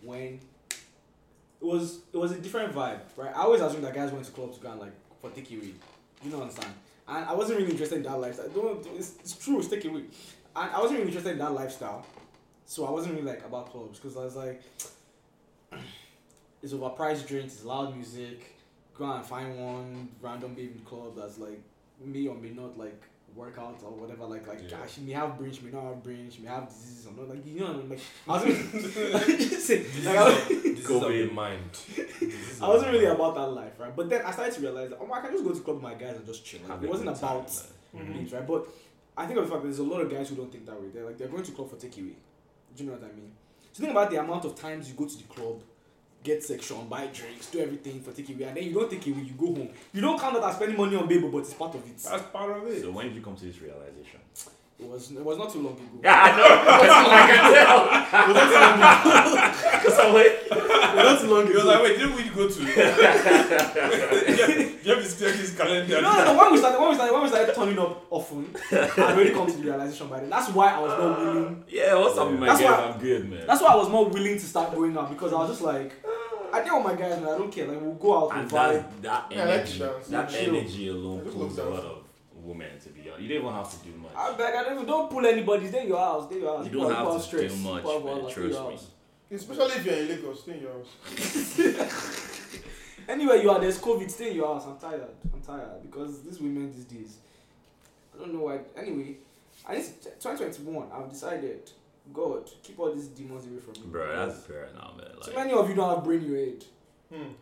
Speaker 4: When it was it was a different vibe, right? I always assumed that guys went to clubs to go and like for takeaway. You know what I'm saying? And I wasn't really interested in that lifestyle. Don't, don't- it's, it's true, it's takeaway. And I wasn't really interested in that lifestyle, so I wasn't really like about clubs because I was like. It's overpriced drinks, it's loud music. Go and find one random baby club that's like may or may not like work out or whatever. Like like
Speaker 2: Yeah.
Speaker 4: ah, she may have brain, she may not have brain, she may have diseases or not. Like you know, what I mean? like I wasn't just say, [LAUGHS] like, I was-
Speaker 2: this is of
Speaker 6: Covid.
Speaker 2: the mind. This is
Speaker 4: I
Speaker 2: of
Speaker 4: wasn't
Speaker 2: the
Speaker 4: really
Speaker 2: mind.
Speaker 4: about that life, right? But then I started to realize that, oh, I can just go to club with my guys and just chill. Like,
Speaker 6: Have
Speaker 4: it
Speaker 6: a
Speaker 4: wasn't
Speaker 6: good time,
Speaker 4: about
Speaker 6: man.
Speaker 4: things, right? But I think of the fact that there's a lot of guys who don't think that way. They're like they're going to club for takeaway. Do you know what I mean? So think about the amount of times you go to the club, get section, buy drinks, do everything for takeaway, and then you don't take away, you go home. You don't count that as spending money on baby, but it's part of it.
Speaker 2: That's part of it.
Speaker 4: [LAUGHS]
Speaker 6: So when did you come to this realization?
Speaker 4: It was it was not too long ago.
Speaker 6: Yeah, I know. I can tell. Because I'm like,
Speaker 4: Not too long
Speaker 2: He was
Speaker 4: ago.
Speaker 2: like, wait, didn't we [LAUGHS] go to? Jeff Jeff is checking his calendar.
Speaker 4: No, no, no. When we started, when we started, when we started turning up often, I already come to the realization by then. That's why I was not willing.
Speaker 6: yeah, what's up with my
Speaker 4: That's
Speaker 6: game?
Speaker 4: why-
Speaker 6: I'm good, man.
Speaker 4: That's why I was not willing to start going out because I was just like, "Ah, I deal with my guys, man. I don't care. Like we'll go out
Speaker 6: and
Speaker 4: and
Speaker 6: that's,
Speaker 4: vibe.
Speaker 6: that
Speaker 3: Yeah, I like
Speaker 6: energy,
Speaker 3: Shams.
Speaker 6: that
Speaker 3: Yeah, chill.
Speaker 6: energy alone
Speaker 3: I just
Speaker 6: pulls a
Speaker 3: love
Speaker 6: lot
Speaker 3: that.
Speaker 6: of women. To be honest, you don't even have to do much.
Speaker 4: I beg, I don't, even- don't pull anybody. Stay in your house. Stay in your house.
Speaker 6: you
Speaker 4: People
Speaker 6: don't
Speaker 4: are- people
Speaker 6: have
Speaker 4: are
Speaker 6: to
Speaker 4: stressed.
Speaker 6: do much,
Speaker 4: People are- people
Speaker 6: man.
Speaker 4: are-
Speaker 6: Trust
Speaker 4: stay in your
Speaker 6: me.
Speaker 4: house.
Speaker 3: Especially if you're in Lagos, stay in your house.
Speaker 4: Anyway, you are there's COVID. Stay in your house. I'm tired. I'm tired because these women these days. I don't know why. Anyway, I just 2021. I've decided. God, keep all these demons away from me.
Speaker 6: Bro, that's fair now, man.
Speaker 4: So
Speaker 6: Like,
Speaker 4: many of you don't have brain in your head,
Speaker 3: Hmm.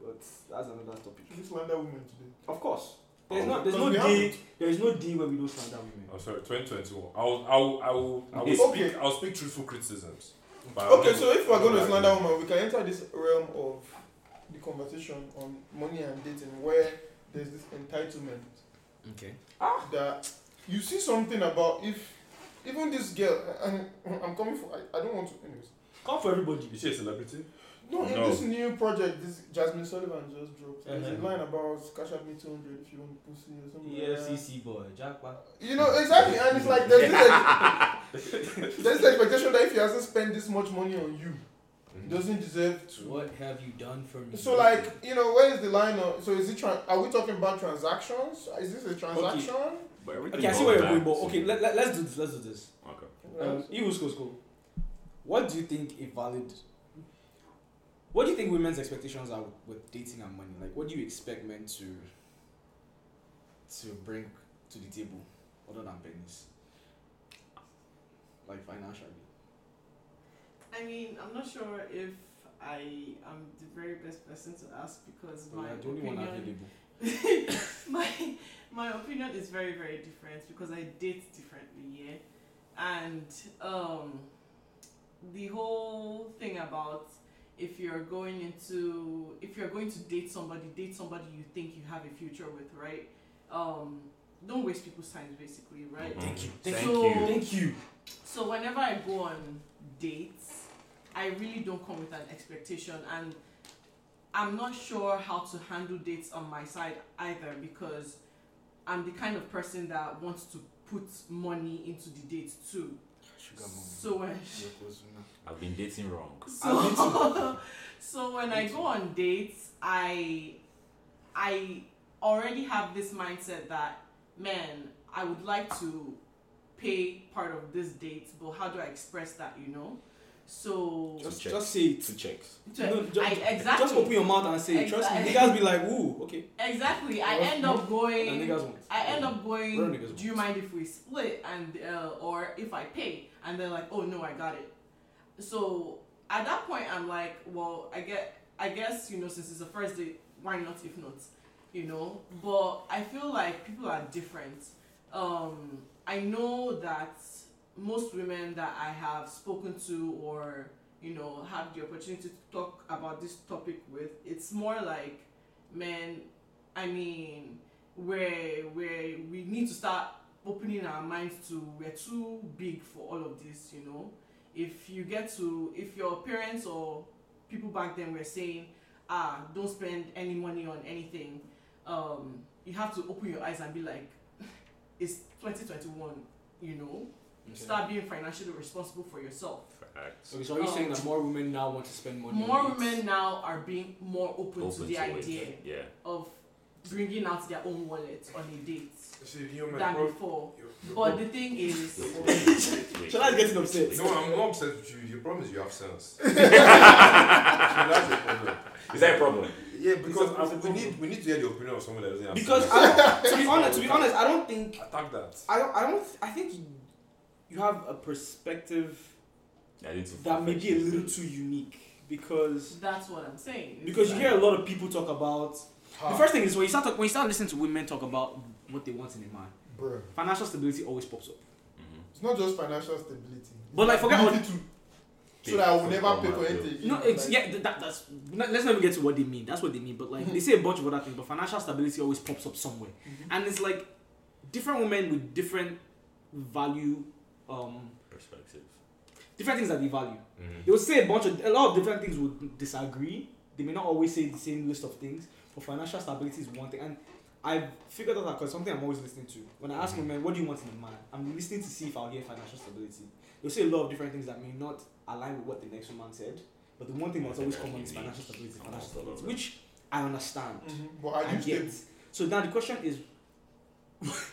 Speaker 4: but that's another topic.
Speaker 3: Should we slander women today?
Speaker 4: Of course, there's
Speaker 2: Oh,
Speaker 4: no there's no
Speaker 3: because we
Speaker 4: day
Speaker 3: haven't.
Speaker 4: there is no day where we don't slander women.
Speaker 2: I'm Oh, sorry, 2021. I will, I will, I will, I will
Speaker 3: Okay.
Speaker 2: speak. I'll speak truthful criticisms. But I
Speaker 3: Okay,
Speaker 2: will-
Speaker 3: so if we're going to slander women, we can enter this realm of the conversation on money and dating where there's this entitlement
Speaker 12: Okay.
Speaker 3: that you see something about if even this girl, and I'm coming for, I, I don't want to, anyways.
Speaker 4: Come for everybody.
Speaker 2: Is she a celebrity?
Speaker 3: No, in
Speaker 2: No.
Speaker 3: this new project, this Jasmine Sullivan just dropped. There's
Speaker 12: Mhm.
Speaker 3: a line about cash up me 200 if you want pussy or something. Like that.
Speaker 12: EFCC boy, jackpot.
Speaker 3: You know, exactly. And it's like, there's this, [LAUGHS] there's this expectation that if he hasn't spent this much money on you, he doesn't deserve to.
Speaker 12: What have you done for me?
Speaker 3: So like you know where is the line of so is it tran- are we talking about transactions is this a transaction
Speaker 6: but everything
Speaker 4: Okay, I see where
Speaker 6: goes
Speaker 4: you're going,
Speaker 6: back
Speaker 4: but
Speaker 6: to-
Speaker 4: okay, let, let, let's do this. Let's do this.
Speaker 6: Okay.
Speaker 4: Um, Eagles go school. What do you think a valid? What do you think women's expectations are with dating and money? Like, what do you expect men to to bring to the table other than pennies? Like financially.
Speaker 5: I mean, I'm not sure if I am the very best person to ask because
Speaker 4: But
Speaker 5: my
Speaker 4: you're the only one
Speaker 5: opinion
Speaker 4: available.
Speaker 5: [LAUGHS] my my opinion is very very different because I date differently, yeah, and um, the whole thing about if you're going into if you're going to date somebody, date somebody you think you have a future with, right? Um, don't waste people's time, basically, right?
Speaker 6: Thank you.
Speaker 5: Thank
Speaker 6: Thank
Speaker 5: you.
Speaker 6: you.
Speaker 4: Mm-hmm. Thank you.
Speaker 5: So whenever I go on dates, I really don't come with an expectation, and I'm not sure how to handle dates on my side either because I'm the kind of person that wants to put money into the date too.
Speaker 4: Sugar mama.
Speaker 5: So when
Speaker 4: You're close enough.
Speaker 6: I've been dating wrong.
Speaker 5: so, [LAUGHS] so when I go on dates, I I already have this mindset that man, I would like to pay part of this date, but how do I express that, you know? So
Speaker 4: Just,
Speaker 6: check.
Speaker 4: just say it.
Speaker 6: Two checks.
Speaker 5: so
Speaker 4: no, ju-
Speaker 5: I, exactly
Speaker 4: Just open your mouth and say it. Trust me.
Speaker 5: Exactly.
Speaker 4: Niggas be like, ooh, okay.
Speaker 5: exactly I
Speaker 4: Well,
Speaker 5: end up
Speaker 4: And
Speaker 5: going
Speaker 4: niggas won't.
Speaker 5: I end up
Speaker 4: We're
Speaker 5: going,
Speaker 4: niggas
Speaker 5: do you
Speaker 4: once."
Speaker 5: mind if we split and uh, or if I pay? And they're like, oh no, I got it. So at that point, I'm like, well, I get, I guess you know, since it's the first date, why not if not, you know? But I feel like people are different. Um, I know that most women that I have spoken to or you know had the opportunity to talk about this topic with, it's more like, men. I mean, where where we need to start opening our minds to we're too big for all of this you know if you get to if your parents or people back then were saying ah don't spend any money on anything um you have to open your eyes and be like [LAUGHS] it's 2021 you know start being financially responsible for yourself
Speaker 6: Facts.
Speaker 4: Okay, so are you
Speaker 5: Oh.
Speaker 4: saying that more women now want to spend money? on
Speaker 5: more
Speaker 4: dates?
Speaker 5: women now are being more open, to
Speaker 6: Open
Speaker 5: the
Speaker 6: to it.
Speaker 5: idea
Speaker 6: Yeah.
Speaker 4: [LAUGHS]
Speaker 5: of bringing out their own wallet on a date
Speaker 2: See, you my
Speaker 5: than
Speaker 2: bro.
Speaker 5: before
Speaker 2: you- you-
Speaker 5: but the thing is
Speaker 6: Wait.
Speaker 4: Shall I get upset?
Speaker 2: No, I'm not upset with you. Your problem is you have [LAUGHS] sense. See, that's your problem.
Speaker 6: Is that a problem?
Speaker 2: Yeah, because
Speaker 4: It's a- it's a
Speaker 2: we need we need to hear the opinion of someone that doesn't have
Speaker 4: Because
Speaker 2: sense.
Speaker 4: I don't,
Speaker 5: [LAUGHS]
Speaker 4: to be honest, to be honest, I don't think
Speaker 2: attack that.
Speaker 4: I don't I don't I think you have a perspective
Speaker 6: I didn't.
Speaker 4: that may be a little too unique because
Speaker 5: That's what I'm saying. It's
Speaker 4: because you
Speaker 5: like-
Speaker 4: hear a lot of people talk about the
Speaker 3: Ah,
Speaker 4: first thing is when you start talk, when you start listening to women talk about what they want in a man,
Speaker 3: bruh.
Speaker 4: financial stability always pops up.
Speaker 3: it's not just financial stability
Speaker 4: But like forget
Speaker 3: Ability
Speaker 4: what
Speaker 3: to- so that I will never pay for anything
Speaker 4: no, it's
Speaker 3: Like,
Speaker 4: yeah. th- That, that's not, let's not even get to what they mean. That's what they mean. But like they say a bunch of other things. But financial stability always pops up somewhere, and it's like different women with different value um,
Speaker 6: Perspective.
Speaker 4: different things that they value.
Speaker 6: Mhm.
Speaker 4: They will say a bunch of a lot of different things would disagree. They may not always say the same list of things, but financial stability is one thing. And I've figured out that because something I'm always listening to. When I ask women, what do you want in a man? I'm listening to see if I'll hear financial stability. They'll say a lot of different things that may not align with what the next woman said. But the one thing that's always common is financial stability, financial stability, which I understand.
Speaker 3: Mhm. But are
Speaker 4: I
Speaker 3: you
Speaker 4: get.
Speaker 3: stable?
Speaker 4: So now the question is,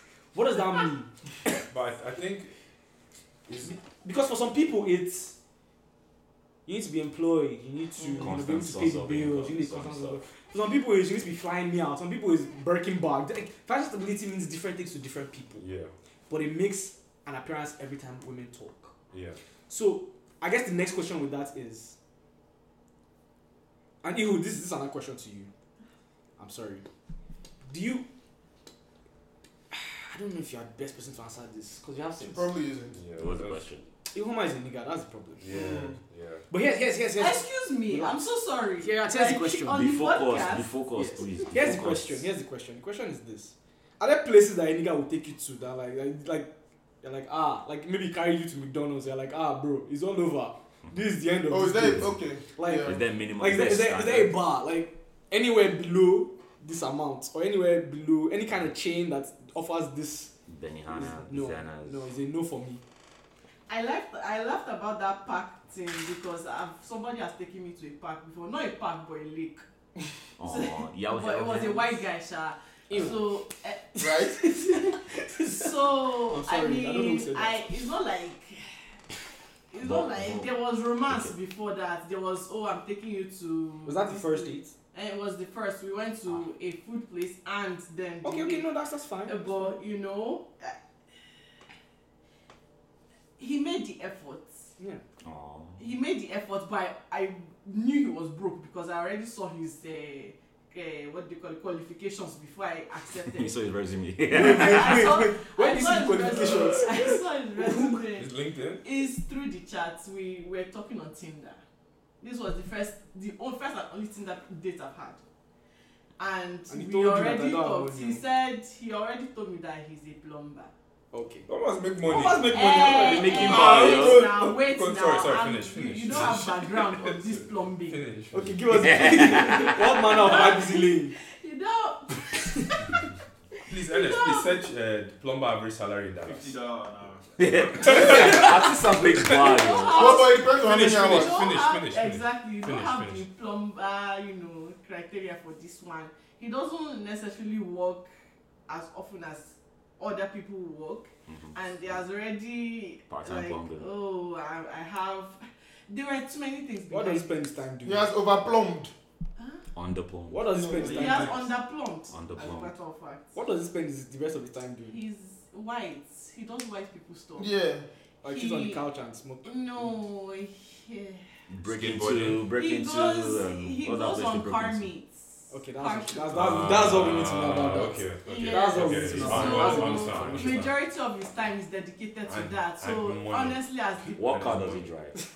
Speaker 4: [LAUGHS] what does that mean?
Speaker 2: But I think is
Speaker 4: Because for some people, it's you need to be employed, you need to, you know, be
Speaker 6: Constant
Speaker 4: able to pay
Speaker 6: source
Speaker 4: the
Speaker 6: of
Speaker 4: bills,
Speaker 6: income,
Speaker 4: you need
Speaker 6: some
Speaker 4: constant.
Speaker 6: stuff.
Speaker 4: source of- For some people, it's you need to be flying me out. Some people is breaking bag. Like, financial stability means different things to different people,
Speaker 2: yeah,
Speaker 4: but it makes an appearance every time women talk.
Speaker 2: yeah.
Speaker 4: So I guess the next question with that is, and Ihu, this, this is another question to you. I'm sorry. Do you? [SIGHS] I don't know if you're the best person to answer this because you have
Speaker 3: It
Speaker 4: sense.
Speaker 3: probably isn't.
Speaker 2: Yeah,
Speaker 6: What Mm-hmm. was the
Speaker 2: that's-
Speaker 6: question?
Speaker 4: Ihuma is a nigga. That's the problem.
Speaker 2: Yeah, yeah.
Speaker 4: But here's here's here's here's
Speaker 5: Excuse me, I'm so sorry.
Speaker 4: Yeah, here's the question.
Speaker 5: On
Speaker 6: Be
Speaker 5: the
Speaker 6: focused. Be
Speaker 5: podcast,
Speaker 6: focused,
Speaker 4: Yes.
Speaker 6: please. Be
Speaker 4: Here's the
Speaker 6: focused.
Speaker 4: question. Here's the question. The question is this: Are there places that a nigga will take you to that like like like you're like ah like maybe carry you to McDonald's? You're like ah bro, it's all over. This is the end of.
Speaker 3: Oh,
Speaker 4: this
Speaker 3: is that
Speaker 4: day."
Speaker 3: okay?
Speaker 4: Like-
Speaker 3: yeah.
Speaker 6: Is there minimum?
Speaker 4: Like is there, is, there, is there a bar like anywhere below this amount or anywhere below any kind of chain that offers this? is-
Speaker 6: Benihana,
Speaker 4: no,
Speaker 6: Zana's.
Speaker 4: no, it's a no for me.
Speaker 5: I left. I laughed about that park thing because I've, somebody has taken me to a park before. Not a park, but a lake.
Speaker 6: Oh, yeah, I was
Speaker 5: but it was a
Speaker 6: okay.
Speaker 5: white guy, sha.
Speaker 4: Ew.
Speaker 5: So,
Speaker 4: [LAUGHS]
Speaker 5: eh,
Speaker 3: Right?
Speaker 5: so
Speaker 4: I'm
Speaker 5: I
Speaker 4: sorry, I don't know who
Speaker 5: mean,
Speaker 4: said that.
Speaker 5: I it's not like it's
Speaker 6: But-
Speaker 5: not like
Speaker 6: but-
Speaker 5: there was romance
Speaker 6: okay.
Speaker 5: before that. There was oh, I'm taking you to.
Speaker 4: Was that the
Speaker 5: this
Speaker 4: first
Speaker 5: place."
Speaker 4: date?
Speaker 5: And it was the first. We went
Speaker 6: Ah.
Speaker 5: to a food place and then. the
Speaker 4: Okay, okay,
Speaker 5: lake.
Speaker 4: no, that's that's fine.
Speaker 5: Uh, But you know, uh, he made the effort.
Speaker 4: Yeah.
Speaker 6: Oh.
Speaker 5: he made the effort but i knew he was broke because i already saw his uh, uh, what do you call it qualifications before i
Speaker 4: [LAUGHS]
Speaker 5: accepted
Speaker 6: so his resume.
Speaker 5: I saw-
Speaker 4: Where
Speaker 5: I
Speaker 4: is
Speaker 5: saw
Speaker 4: his qualifications?
Speaker 5: resume- i saw his
Speaker 4: [LAUGHS]
Speaker 3: Hmm.
Speaker 5: resume
Speaker 2: Is LinkedIn?
Speaker 5: is through the chat we were talking on tinder this was the first the on- first and only tinder date i've had and,
Speaker 4: And he
Speaker 5: we
Speaker 4: told you that
Speaker 5: already
Speaker 4: I don't
Speaker 5: talked
Speaker 4: know
Speaker 5: he
Speaker 4: you.
Speaker 5: said he already told me that he's a plumber
Speaker 4: Okay.
Speaker 2: One must make money.
Speaker 4: Who must make money?
Speaker 5: Eh,
Speaker 4: That's
Speaker 5: eh,
Speaker 4: why
Speaker 6: making
Speaker 5: wait
Speaker 6: money,
Speaker 2: yo.
Speaker 5: now, wait
Speaker 2: Sorry,
Speaker 5: now.
Speaker 2: sorry,
Speaker 5: I'm-
Speaker 2: finish,
Speaker 5: you-
Speaker 2: finish.
Speaker 5: You don't have background on this plumbing.
Speaker 2: Finish.
Speaker 4: Okay, give us [LAUGHS] what manner of vibe is he laying?
Speaker 5: You know,
Speaker 2: Please, Ernest, please search uh, plumber average salary in
Speaker 7: Fifty
Speaker 2: Dallas.
Speaker 7: dollars an hour.
Speaker 6: [LAUGHS] I see something bar.
Speaker 5: you don't
Speaker 6: yo.
Speaker 5: have,
Speaker 3: Well, but it depends on how
Speaker 2: Finish,
Speaker 3: many
Speaker 5: you
Speaker 3: hours.
Speaker 5: don't
Speaker 2: finish,
Speaker 5: have
Speaker 2: finish, finish.
Speaker 5: exactly. You
Speaker 2: Finish,
Speaker 5: don't have
Speaker 2: finish.
Speaker 5: the plumber, you know, criteria for this one. He doesn't necessarily work as often as other people work,
Speaker 6: Mhm.
Speaker 5: and he has already
Speaker 6: Part-time
Speaker 5: like,
Speaker 6: plumber.
Speaker 5: oh, I, I have. There were too many things.
Speaker 4: What does he
Speaker 5: behind.
Speaker 4: spend his time doing?
Speaker 3: He has overplumbed.
Speaker 6: Underplumbed.
Speaker 4: What does he spend his
Speaker 5: He
Speaker 4: time
Speaker 5: has
Speaker 4: doing?
Speaker 5: underplumbed. As a
Speaker 6: Underplumbed.
Speaker 5: matter of fact,
Speaker 4: What does he spend his, the rest of his time doing?
Speaker 5: he's white. He does white people stuff.
Speaker 3: Yeah.
Speaker 4: Like he's on the
Speaker 5: He-
Speaker 4: couch and smoking.
Speaker 5: No. he-
Speaker 6: Break into,
Speaker 2: Skateboarding.
Speaker 6: break
Speaker 5: he
Speaker 6: into.
Speaker 5: goes,
Speaker 6: um,
Speaker 5: he
Speaker 6: what that
Speaker 5: goes
Speaker 6: place
Speaker 5: on
Speaker 6: they broke
Speaker 5: car
Speaker 6: into?
Speaker 5: meets.
Speaker 4: Okay,
Speaker 5: Car trips.
Speaker 4: that's, that's,
Speaker 6: Ah,
Speaker 4: that's, that's all we need to know about that.
Speaker 2: Okay, okay.
Speaker 5: Yeah.
Speaker 4: That's all we
Speaker 2: Okay,
Speaker 4: need to
Speaker 2: it's
Speaker 4: know.
Speaker 2: fine,
Speaker 4: That's all we
Speaker 2: I'm
Speaker 4: need to
Speaker 2: fine.
Speaker 4: know.
Speaker 2: Which
Speaker 5: majority of his time is dedicated to
Speaker 2: And-
Speaker 5: that. So
Speaker 2: and money.
Speaker 5: honestly, as the
Speaker 6: What car does he drive?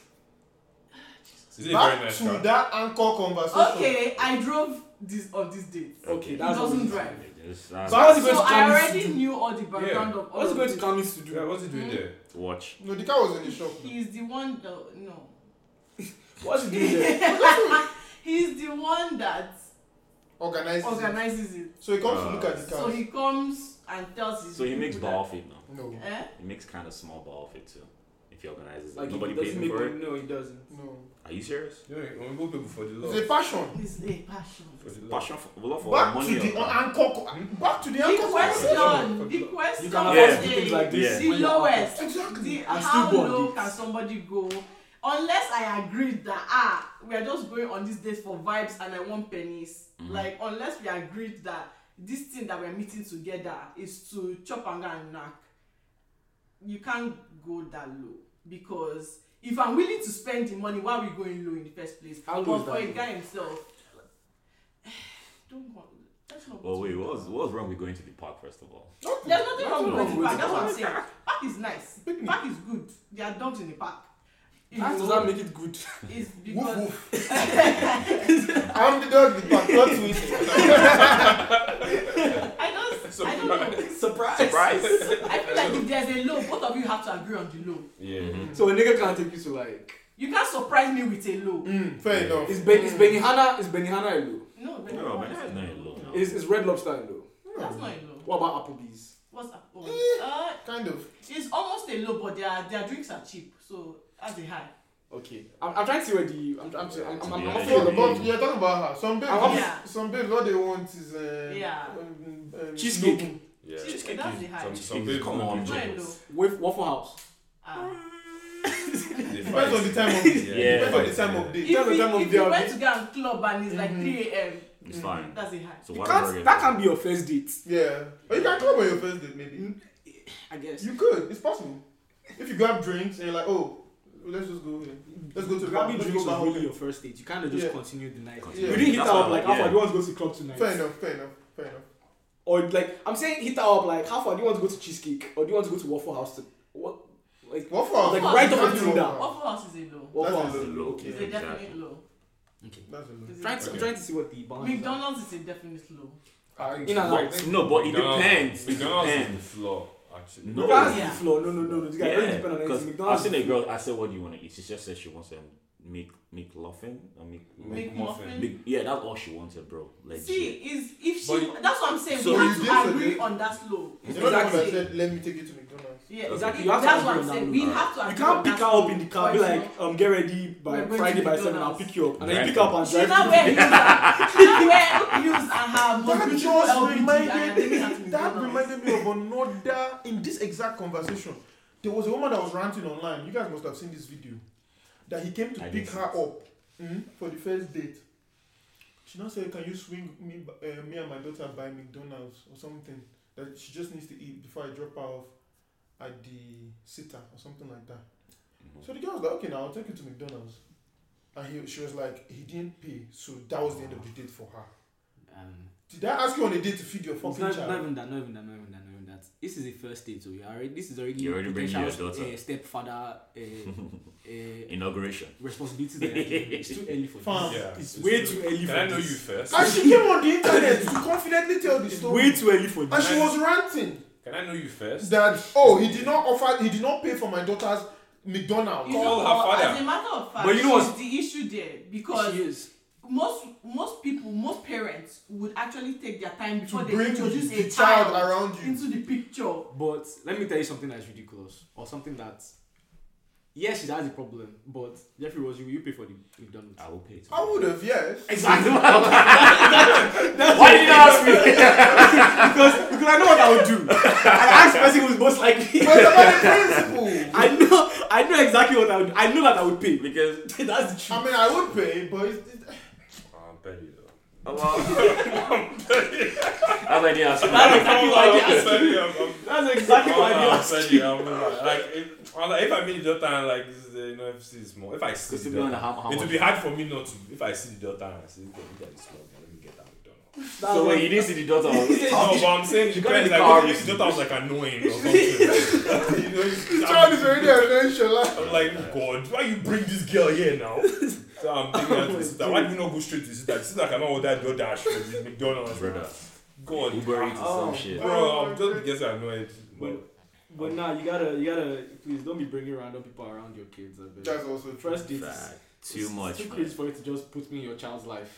Speaker 2: Is it a very
Speaker 3: Back
Speaker 2: nice
Speaker 3: to
Speaker 2: car?
Speaker 3: that anchor conversation.
Speaker 5: okay, I drove this on this date.
Speaker 4: Okay,
Speaker 6: He
Speaker 4: that's all we
Speaker 5: doesn't
Speaker 4: need to know.
Speaker 5: drive.
Speaker 6: Just, uh,
Speaker 4: So how's he
Speaker 5: So
Speaker 4: going to
Speaker 5: I
Speaker 4: come to
Speaker 5: already
Speaker 4: do?
Speaker 5: knew all the background of all.
Speaker 4: What's he
Speaker 5: of
Speaker 4: going to
Speaker 5: this.
Speaker 4: come to
Speaker 2: Yeah,
Speaker 4: do?
Speaker 2: what's he doing
Speaker 3: Hmm?
Speaker 2: there?
Speaker 6: watch.
Speaker 3: No, the car was in the shop. no.
Speaker 5: He's the one that
Speaker 4: [LAUGHS]
Speaker 5: no.
Speaker 4: What's he doing
Speaker 3: [LAUGHS]
Speaker 4: there?
Speaker 5: [LAUGHS] He's the one that
Speaker 3: Organizes. it.
Speaker 5: organizes it.
Speaker 3: So he comes to
Speaker 6: Uh,
Speaker 3: look at the
Speaker 5: So
Speaker 3: car.
Speaker 5: he comes and tells his.
Speaker 6: So he makes
Speaker 5: people
Speaker 6: bar outfit now.
Speaker 3: No,
Speaker 5: that- Eh?
Speaker 6: He makes kind of small bar outfit too. If he organizes it,
Speaker 4: Like
Speaker 6: nobody
Speaker 4: he
Speaker 6: pays
Speaker 4: doesn't
Speaker 6: him
Speaker 4: make
Speaker 6: for it.
Speaker 4: money. No, he doesn't.
Speaker 3: no.
Speaker 6: Are you serious?
Speaker 2: You know, when people pay for the love.
Speaker 3: It's a passion.
Speaker 5: It's a passion.
Speaker 2: For the love.
Speaker 6: Passion for love for
Speaker 3: Back to
Speaker 6: money. or-
Speaker 3: the anchor. co- Back to the
Speaker 5: The
Speaker 3: anchor conversation.
Speaker 5: question, the question
Speaker 4: You can
Speaker 6: Yeah.
Speaker 4: afford to do things like this.
Speaker 5: the
Speaker 4: when you're out.
Speaker 5: lowest.
Speaker 3: Exactly.
Speaker 5: The,
Speaker 4: I'm
Speaker 5: how
Speaker 4: still born
Speaker 5: low
Speaker 4: this.
Speaker 5: can somebody go? Unless I agreed that ah, we are just going on this date for vibes and I want pennies. Like unless we agreed that this thing that we're meeting together is to chop and go and knack. You can't go that low because if I'm willing to spend the money, why are we going low in the first place?
Speaker 4: How low
Speaker 5: but
Speaker 4: is
Speaker 5: for
Speaker 4: that
Speaker 5: a
Speaker 4: low?
Speaker 5: guy himself, [SIGHS] don't go. That's not
Speaker 6: Well, wait, what was, what was wrong with going to the park first of all?
Speaker 5: There's nothing wrong
Speaker 4: Nothing
Speaker 5: with
Speaker 4: wrong
Speaker 5: the
Speaker 4: with
Speaker 5: park.
Speaker 4: it.
Speaker 5: That's what I'm saying. Park is nice. Park is good. They are dumped in the park. If
Speaker 4: That
Speaker 5: you
Speaker 4: does that make it good?
Speaker 5: [LAUGHS] It's
Speaker 3: Woof
Speaker 5: because
Speaker 3: woof. I'm the dog with back. Plot twist.
Speaker 5: I don't. I don't know.
Speaker 4: [LAUGHS] Surprise!
Speaker 6: Surprise!
Speaker 5: I feel like the if there's a low, both of you have to agree on the low.
Speaker 2: Yeah.
Speaker 4: [LAUGHS] So a nigga can't take you to like.
Speaker 5: You can't surprise me with a low.
Speaker 3: Mm, fair enough.
Speaker 4: Is Ben is Benihana is Benihana a low?
Speaker 5: No, but
Speaker 6: No, but it's not a low now.
Speaker 4: Is is Red Lobster a low?
Speaker 5: That's not a low.
Speaker 4: What about Applebee's?
Speaker 5: What's up?
Speaker 4: Eh.
Speaker 5: Oh, uh,
Speaker 3: Kind of.
Speaker 5: it's almost a low, but their their drinks are cheap, so that's a high.
Speaker 4: Okay, I'm, I'm trying to see where the I'm I'm I'm, I'm, I'm,
Speaker 6: Yeah,
Speaker 4: I'm
Speaker 3: But,
Speaker 6: to
Speaker 4: offering the
Speaker 6: be honest.
Speaker 4: bottom.
Speaker 3: but you're talking about her. Some babes,
Speaker 5: Yeah.
Speaker 3: some babes, what they want is uh,
Speaker 5: Yeah.
Speaker 3: um, um,
Speaker 4: Cheesecake.
Speaker 3: Nobu.
Speaker 2: Yeah.
Speaker 5: Cheesecake, that's the high.
Speaker 2: Some, some
Speaker 6: Cheesecake,
Speaker 2: babes
Speaker 6: come on,
Speaker 5: It's not a
Speaker 6: James.
Speaker 5: low.
Speaker 4: with Waffle House.
Speaker 5: Ah.
Speaker 2: They fight.
Speaker 3: Depends on the time of day.
Speaker 6: Yeah.
Speaker 3: Depends on the time of
Speaker 5: If,
Speaker 3: day.
Speaker 5: you,
Speaker 4: Tell me time of Mm-hmm.
Speaker 5: if
Speaker 4: day,
Speaker 5: you
Speaker 4: I'll
Speaker 5: went
Speaker 4: be-
Speaker 5: to go and club and it's like 3 a.m.,
Speaker 6: It's fine.
Speaker 5: that's a high.
Speaker 6: So
Speaker 4: You
Speaker 6: why
Speaker 4: can't, that can't be your first date.
Speaker 3: Yeah. Or you can club on your first date, maybe.
Speaker 4: I guess.
Speaker 3: You could. It's possible. If you grab drinks and you're like, oh, let's just go here. Let's go to the bar.
Speaker 4: Grabbing
Speaker 3: Let's
Speaker 4: drinks
Speaker 3: go
Speaker 4: was
Speaker 3: bar
Speaker 4: really your
Speaker 3: hopping.
Speaker 4: first date. You kind of just
Speaker 3: Yeah.
Speaker 4: continue the night.
Speaker 6: Continue.
Speaker 4: You
Speaker 3: Yeah.
Speaker 4: didn't hit her
Speaker 6: That's
Speaker 4: up
Speaker 6: how-
Speaker 4: like,
Speaker 6: yeah.
Speaker 4: Alpha, do you want to go to club tonight?
Speaker 3: Fair enough. Fair enough. Fair enough.
Speaker 4: Or like, I'm saying hit her up like, how far do you want to go to Cheesecake? Or do you want to go to Waffle House? To, what? Like,
Speaker 3: What for?
Speaker 4: Like,
Speaker 5: right
Speaker 4: off the Tinder.
Speaker 5: Waffle House is a low.
Speaker 4: Waffle
Speaker 3: That's
Speaker 4: House.
Speaker 3: a
Speaker 6: It's a low.
Speaker 3: low.
Speaker 5: It's
Speaker 3: Okay.
Speaker 5: a definite low.
Speaker 3: That's a low.
Speaker 5: It's a
Speaker 4: Trying to,
Speaker 2: Okay.
Speaker 4: I'm trying to see what the balance is.
Speaker 5: McDonald's is a definite low.
Speaker 4: In and out.
Speaker 6: But, no, but it
Speaker 2: McDonald's-
Speaker 6: depends. It
Speaker 2: McDonald's is the
Speaker 6: depends.
Speaker 2: floor, actually.
Speaker 6: No.
Speaker 4: That's
Speaker 5: Yeah.
Speaker 4: the floor. No, no, no, no. This guy doesn't
Speaker 6: Yeah,
Speaker 4: depend on
Speaker 6: because
Speaker 4: anything.
Speaker 6: I've
Speaker 4: McDonald's.
Speaker 6: seen a girl. I said, "What do you want to eat?" She just said she wants to make make muffin or make,
Speaker 2: Make
Speaker 5: McMuffin.
Speaker 2: muffin.
Speaker 6: make- yeah. That's all she wanted, bro. Legit.
Speaker 5: See, is if she
Speaker 2: But-
Speaker 5: that's what I'm saying.
Speaker 3: So
Speaker 5: we
Speaker 3: you
Speaker 5: have
Speaker 3: did say
Speaker 5: to agree
Speaker 3: that-
Speaker 5: on that low.
Speaker 3: You know the one that
Speaker 5: Exactly.
Speaker 3: said, let me take you to McDonald's?
Speaker 5: Yeah, exactly.
Speaker 4: Exactly, you have to
Speaker 5: That's
Speaker 4: agree
Speaker 5: what I'm
Speaker 4: on
Speaker 5: saying.
Speaker 4: that
Speaker 5: We
Speaker 6: low.
Speaker 5: have to.
Speaker 4: You
Speaker 5: Agree
Speaker 4: can't
Speaker 5: on
Speaker 4: pick
Speaker 5: that
Speaker 4: her
Speaker 5: low.
Speaker 4: up in the car, be
Speaker 5: Because, you
Speaker 4: like, um, get ready by
Speaker 5: We're going
Speaker 4: Friday
Speaker 5: to
Speaker 4: by 7, I'll
Speaker 5: McDonald's.
Speaker 4: pick you up. And then you pick
Speaker 6: Right.
Speaker 4: up and
Speaker 5: know, she's
Speaker 4: drive.
Speaker 5: not wearing heels.
Speaker 4: [LAUGHS]
Speaker 5: She's not wearing heels and her most
Speaker 3: That
Speaker 5: beautiful
Speaker 3: just
Speaker 5: LBG and
Speaker 3: reminded me.
Speaker 5: everything
Speaker 3: That
Speaker 5: that's going on.
Speaker 3: reminded me of another in this exact conversation. There was a woman that was ranting online. You guys must have seen this video. That he came to
Speaker 6: I
Speaker 3: pick
Speaker 6: didn't see
Speaker 3: her up mm, for the first date. She now said, "Can you swing me, b- uh, me and my daughter by McDonald's or something that she just needs to eat before I drop her off at the sitter or something like that."
Speaker 6: Mm-hmm.
Speaker 3: So the girl was like, "Okay, now I'll take you to McDonald's." And he, she was like, "He didn't pay, so that was the end of the date for her."
Speaker 12: Um,
Speaker 3: Did I ask you on a date to feed your
Speaker 12: it's
Speaker 3: fucking
Speaker 12: not,
Speaker 3: child?
Speaker 12: not even that, not even that, not even that, not even that. This is the first date, so you already. This is already.
Speaker 6: You're already bringing your
Speaker 12: potential,
Speaker 4: eh,
Speaker 6: daughter.
Speaker 12: Uh, stepfather.
Speaker 4: [LAUGHS]
Speaker 12: Uh, uh,
Speaker 6: Inauguration.
Speaker 12: responsibilities. that you're taking. it's too early for
Speaker 3: Fam.
Speaker 12: this.
Speaker 2: Yeah.
Speaker 4: It's way too early
Speaker 2: Can
Speaker 4: for
Speaker 2: I know you
Speaker 4: this.
Speaker 2: first?
Speaker 3: And she came on the internet to confidently tell the
Speaker 4: It's
Speaker 3: story.
Speaker 4: way too early for
Speaker 3: and
Speaker 4: this.
Speaker 3: she was ranting
Speaker 2: Can I know you first?
Speaker 3: that oh he did not offer he did not pay for my daughter's McDonald's.
Speaker 5: You
Speaker 2: Call
Speaker 5: know,
Speaker 2: her
Speaker 5: but
Speaker 2: father.
Speaker 5: As a matter of fact,
Speaker 4: But you know
Speaker 5: she's
Speaker 4: what-
Speaker 5: the issue there because
Speaker 4: She is.
Speaker 5: most most people, most parents would actually take their time before
Speaker 3: To
Speaker 5: they
Speaker 3: bring
Speaker 5: introduce
Speaker 3: the
Speaker 5: a
Speaker 3: child around you.
Speaker 5: into the picture.
Speaker 4: But let me tell you something that's ridiculous or something that, yes, she has a problem. But Jeffrey was you, you pay for the McDonald's.
Speaker 6: I will pay. it.
Speaker 3: I
Speaker 2: Oh,
Speaker 3: would have yes.
Speaker 4: [LAUGHS] Exactly. Why did you ask me? [LAUGHS] because because I know what I would do. I asked the person who's most likely.
Speaker 3: But it's about the principle.
Speaker 4: I know I know exactly what I would. I know that I would pay [LAUGHS] because that's the truth.
Speaker 3: I mean I would pay, but it's, it's,
Speaker 2: I'll bet you though.
Speaker 6: [LAUGHS] I've idea. ask me.
Speaker 4: That's exactly what I did.
Speaker 2: bet you. I'm- I'm-
Speaker 4: That's exactly
Speaker 2: Oh,
Speaker 4: what I
Speaker 2: no,
Speaker 4: did.
Speaker 2: I'm telling you, I'm not- like if I'm like, if I meet the daughter and like this is the, you know if she's small if I see
Speaker 6: Because to
Speaker 2: the
Speaker 6: be honest,
Speaker 2: daughter,
Speaker 6: how, how
Speaker 2: it
Speaker 6: much?
Speaker 2: would be hard for me not to if I see the daughter and I see the daughter is small man, let me get that McDonald's.
Speaker 4: That's
Speaker 6: so
Speaker 4: what-
Speaker 6: wait, you didn't see the daughter.
Speaker 4: [LAUGHS]
Speaker 6: Oh,
Speaker 2: No, but I'm saying it
Speaker 6: She got in
Speaker 2: depends.
Speaker 6: the
Speaker 2: Like
Speaker 6: car
Speaker 2: if the
Speaker 6: recently.
Speaker 2: daughter was like annoying or something, you know,
Speaker 3: the
Speaker 2: it's- I'm,
Speaker 3: child is already essential. Like,
Speaker 2: I'm like oh God, why you bring this girl here now? So I'm thinking that this that why do you not go straight to this? That this is like I'm not order your dash from the McDonald's,
Speaker 6: Brother,
Speaker 2: God,
Speaker 6: Uber Eats or
Speaker 4: Oh.
Speaker 6: some shit.
Speaker 2: bro, I'm just getting annoyed. But
Speaker 4: But nah, you gotta, you gotta, please don't be bringing random people around your kids. I beg.
Speaker 3: That's also true.
Speaker 4: First date, is-
Speaker 6: Fact.
Speaker 4: it's-
Speaker 6: Too
Speaker 4: it's
Speaker 6: much.
Speaker 4: Too
Speaker 6: man.
Speaker 4: crazy for you to just put me in your child's life.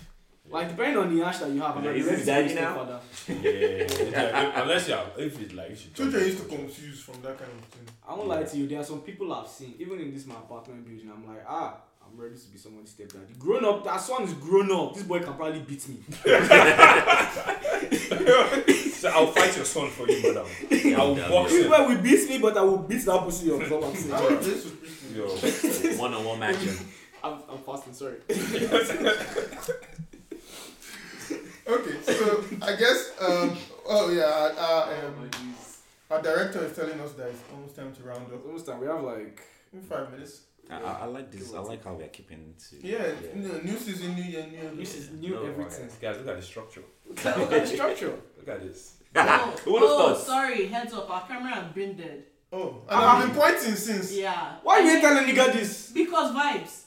Speaker 4: Like depending on the ash that you have, I'm
Speaker 6: Yeah,
Speaker 4: like,
Speaker 6: is
Speaker 4: the
Speaker 6: this
Speaker 4: rest
Speaker 6: daddy
Speaker 4: your
Speaker 6: now?
Speaker 4: stepfather.
Speaker 2: yeah, if- unless you are, if it's like she
Speaker 3: Children used to confuse from that kind of thing.
Speaker 4: I won't lie to you. There are some people I've seen, even in this my apartment building. I'm like, ah, I'm ready to be someone's stepdad. Grown up, that son is grown up. This boy can probably beat me. [LAUGHS]
Speaker 2: So I'll fight your son for
Speaker 6: [LAUGHS]
Speaker 2: you, madam. [LAUGHS] I'll
Speaker 6: Yeah,
Speaker 2: box
Speaker 4: This
Speaker 2: him.
Speaker 4: boy will beat me, but I will beat that pussy up. That's all I'm
Speaker 3: I
Speaker 6: [LAUGHS]
Speaker 4: saying.
Speaker 3: would pay to speak to you.
Speaker 2: Yo,
Speaker 6: One on one
Speaker 4: [LAUGHS]
Speaker 6: matchup.
Speaker 4: I'm, I'm fasting.
Speaker 6: [LAUGHS]
Speaker 4: Sorry.
Speaker 3: Okay, so I guess um oh yeah, our, our,
Speaker 4: Oh my
Speaker 3: um,
Speaker 4: days.
Speaker 3: our director is telling us that it's almost time to round up.
Speaker 4: It's almost time. We have like
Speaker 3: In five minutes.
Speaker 6: I, I I like this. I like how we are keeping to.
Speaker 3: Yeah, [LAUGHS] n- new season, new year, new year.
Speaker 4: this is new
Speaker 2: No,
Speaker 6: [LAUGHS]
Speaker 4: everything.
Speaker 2: Guys, look at the structure.
Speaker 4: Look at the structure.
Speaker 2: Look at this.
Speaker 6: [LAUGHS]
Speaker 5: oh,
Speaker 6: Who would've
Speaker 5: oh,
Speaker 6: thought?
Speaker 5: sorry, heads up, our camera has been dead.
Speaker 3: Oh, and I've been pointing since.
Speaker 5: Yeah.
Speaker 4: Why you ain't telling nigga this?
Speaker 5: Because vibes.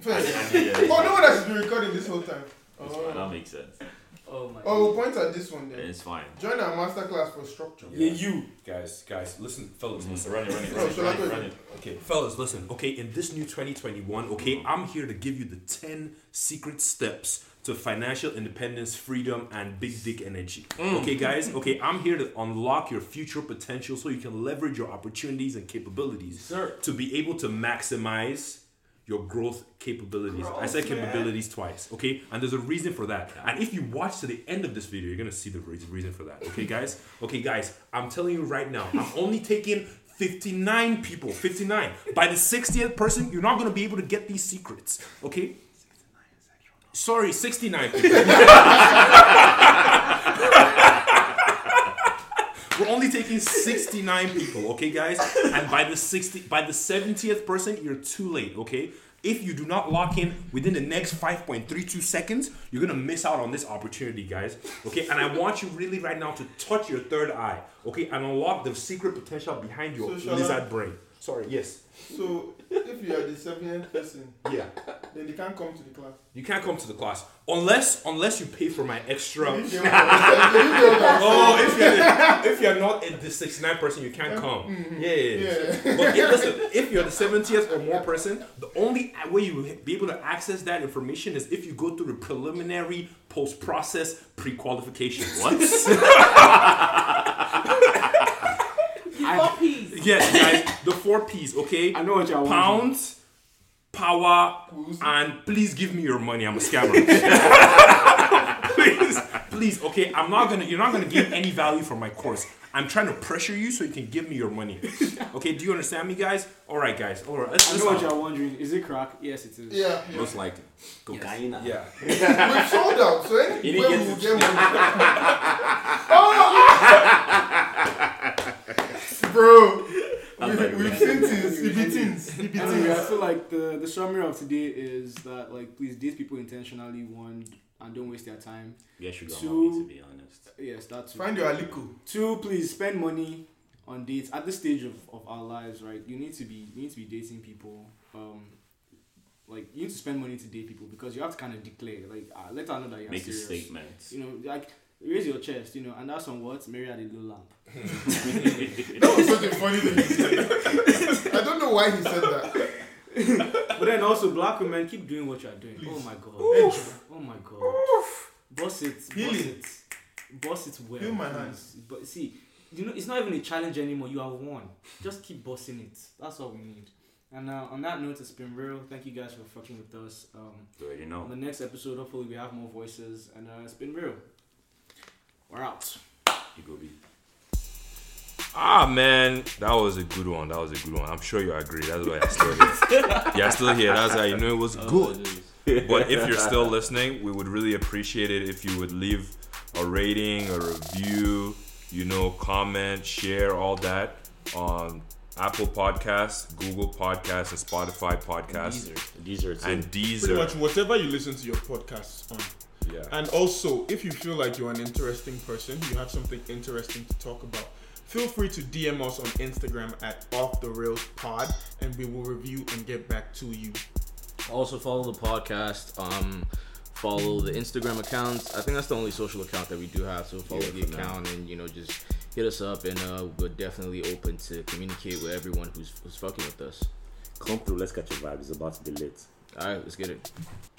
Speaker 3: First.
Speaker 6: Yeah,
Speaker 3: Oh, no one has been recording this whole time.
Speaker 6: That
Speaker 3: Oh.
Speaker 6: makes sense.
Speaker 4: Oh my
Speaker 3: Oh, we'll point at this one then.
Speaker 6: It's fine.
Speaker 3: Join our masterclass for structure.
Speaker 4: Yeah, you.
Speaker 2: Guys, guys, listen, fellas,
Speaker 6: Mm.
Speaker 2: listen.
Speaker 6: So run it, run it,
Speaker 3: Bro,
Speaker 6: run it,
Speaker 3: should I
Speaker 6: run
Speaker 3: go
Speaker 6: it, run
Speaker 3: again?
Speaker 6: it.
Speaker 2: Okay, fellas, listen. Okay, in this new 2021,
Speaker 6: Mm.
Speaker 2: okay, I'm here to give you the 10 secret steps to financial independence, freedom, and big dick energy.
Speaker 6: Mm.
Speaker 2: Okay, guys? Okay, I'm here to unlock your future potential so you can leverage your opportunities and capabilities
Speaker 6: Sir.
Speaker 2: to be able to maximize your growth capabilities. I said
Speaker 7: Growth, man.
Speaker 2: capabilities twice, okay? And there's a reason for that. And if you watch to the end of this video, you're gonna see the re- reason for that, okay, guys? Okay, guys, I'm telling you right now, I'm only taking 59 people, 59. By the 60th person, you're not gonna be able to get these secrets, okay? Sorry, 69 people. We're only taking 69 people, okay, guys? And by the 60 by the 70th person, you're too late, okay? If you do not lock in within the next 5.32 seconds, you're gonna miss out on this opportunity, guys. Okay, and I want you really right now to touch your third eye, okay, and unlock the secret potential behind your
Speaker 3: So shall
Speaker 2: lizard
Speaker 3: I-
Speaker 2: brain. Sorry, yes.
Speaker 3: So if you are the seventh person,
Speaker 2: Yeah.
Speaker 3: then they can't come to the class.
Speaker 2: You can't come to the class. Unless unless you pay for my extra
Speaker 3: If they want- if they want-
Speaker 2: Oh, if you're, if you're not at the 69th person, you can't come. Yeah, yeah, yeah. But if, listen, if you're the 70th or more person, the only way you will be able to access that information is if you go through the preliminary post process pre qualification. What?
Speaker 5: Before peace.
Speaker 2: yes, guys, the four P's, okay?
Speaker 4: I know what y'all want.
Speaker 2: Pounds, power, and please give me your money. I'm a
Speaker 4: [LAUGHS]
Speaker 2: scammer. please, please, okay. I'm not gonna. You're not gonna give any value for my course. I'm trying to pressure you so you can give me your money. Okay, do you understand me, guys? All right, guys. All right, let's
Speaker 4: I know what
Speaker 2: listen.
Speaker 4: y'all wondering. Is it crack? Yes, it is.
Speaker 3: Yeah, yeah.
Speaker 6: Most likely. Cocaine.
Speaker 2: Yeah.
Speaker 3: We've sold out, so
Speaker 6: He
Speaker 3: anywhere
Speaker 6: didn't
Speaker 3: we
Speaker 6: get
Speaker 3: will
Speaker 6: to-
Speaker 3: get one. oh! Bro, we, we've seen things. It be things. It be
Speaker 4: Anyway, I
Speaker 3: things.
Speaker 4: feel like the, the summary of today is that like please date people intentionally one and don't waste their time.
Speaker 6: Yes, you got
Speaker 4: Two.
Speaker 6: money to be honest.
Speaker 4: Yes, that's
Speaker 3: Find your
Speaker 4: [LAUGHS]
Speaker 3: aliku.
Speaker 4: Two, please spend money on dates. At this stage of, of our lives, right, you need to be you need to be dating people. Um, like you need to spend money to date people because you have to kind of declare, like, uh, let her know that you're
Speaker 6: Make a
Speaker 4: serious.
Speaker 6: statement. [LAUGHS]
Speaker 4: You know, like raise your chest, you know, and that's on what Mary had a low lamp.
Speaker 3: That was such a funny thing he said. I don't know why he said that.
Speaker 4: [LAUGHS] but then also black women keep doing what you are doing. Oh my god. Oh my god. Boss it. Boss
Speaker 3: Heal
Speaker 4: it. Boss it well.
Speaker 3: Heal my
Speaker 4: please.
Speaker 3: hands.
Speaker 4: But see, you know, it's not even a challenge anymore. You have won. Just keep bossing it. That's what we need. And uh, on that note, it's been real. Thank you guys for fucking with us. Um,
Speaker 6: You already
Speaker 4: on
Speaker 6: know.
Speaker 4: the next episode, hopefully we have more voices. And uh, it's been real. We're out.
Speaker 6: You go be.
Speaker 2: Ah man, that was a good one. That was a good one. I'm sure you agree. That's why you're still here.
Speaker 13: [LAUGHS]
Speaker 2: you're still here. That's how you know it was good. But if you're still listening, we would really appreciate it if you would leave a rating, a review, you know, comment, share, all that on Apple Podcasts, Google Podcasts, and Spotify Podcasts,
Speaker 6: These are two.
Speaker 2: and
Speaker 13: Pretty much
Speaker 2: Deezer.
Speaker 13: whatever you listen to your podcasts on.
Speaker 2: Yeah.
Speaker 13: And also, if you feel like you're an interesting person, you have something interesting to talk about, feel free to DM us on Instagram at Off the Rails Pod, and we will review and get back to you.
Speaker 1: Also follow the podcast. Um, follow the Instagram accounts. I think that's the only social account that we do have. So follow the account and you know just hit us up and uh, we're definitely open to communicate with everyone who's who's fucking with us.
Speaker 6: Come through. Let's catch your vibe. It's about to be lit.
Speaker 1: All right, let's get it.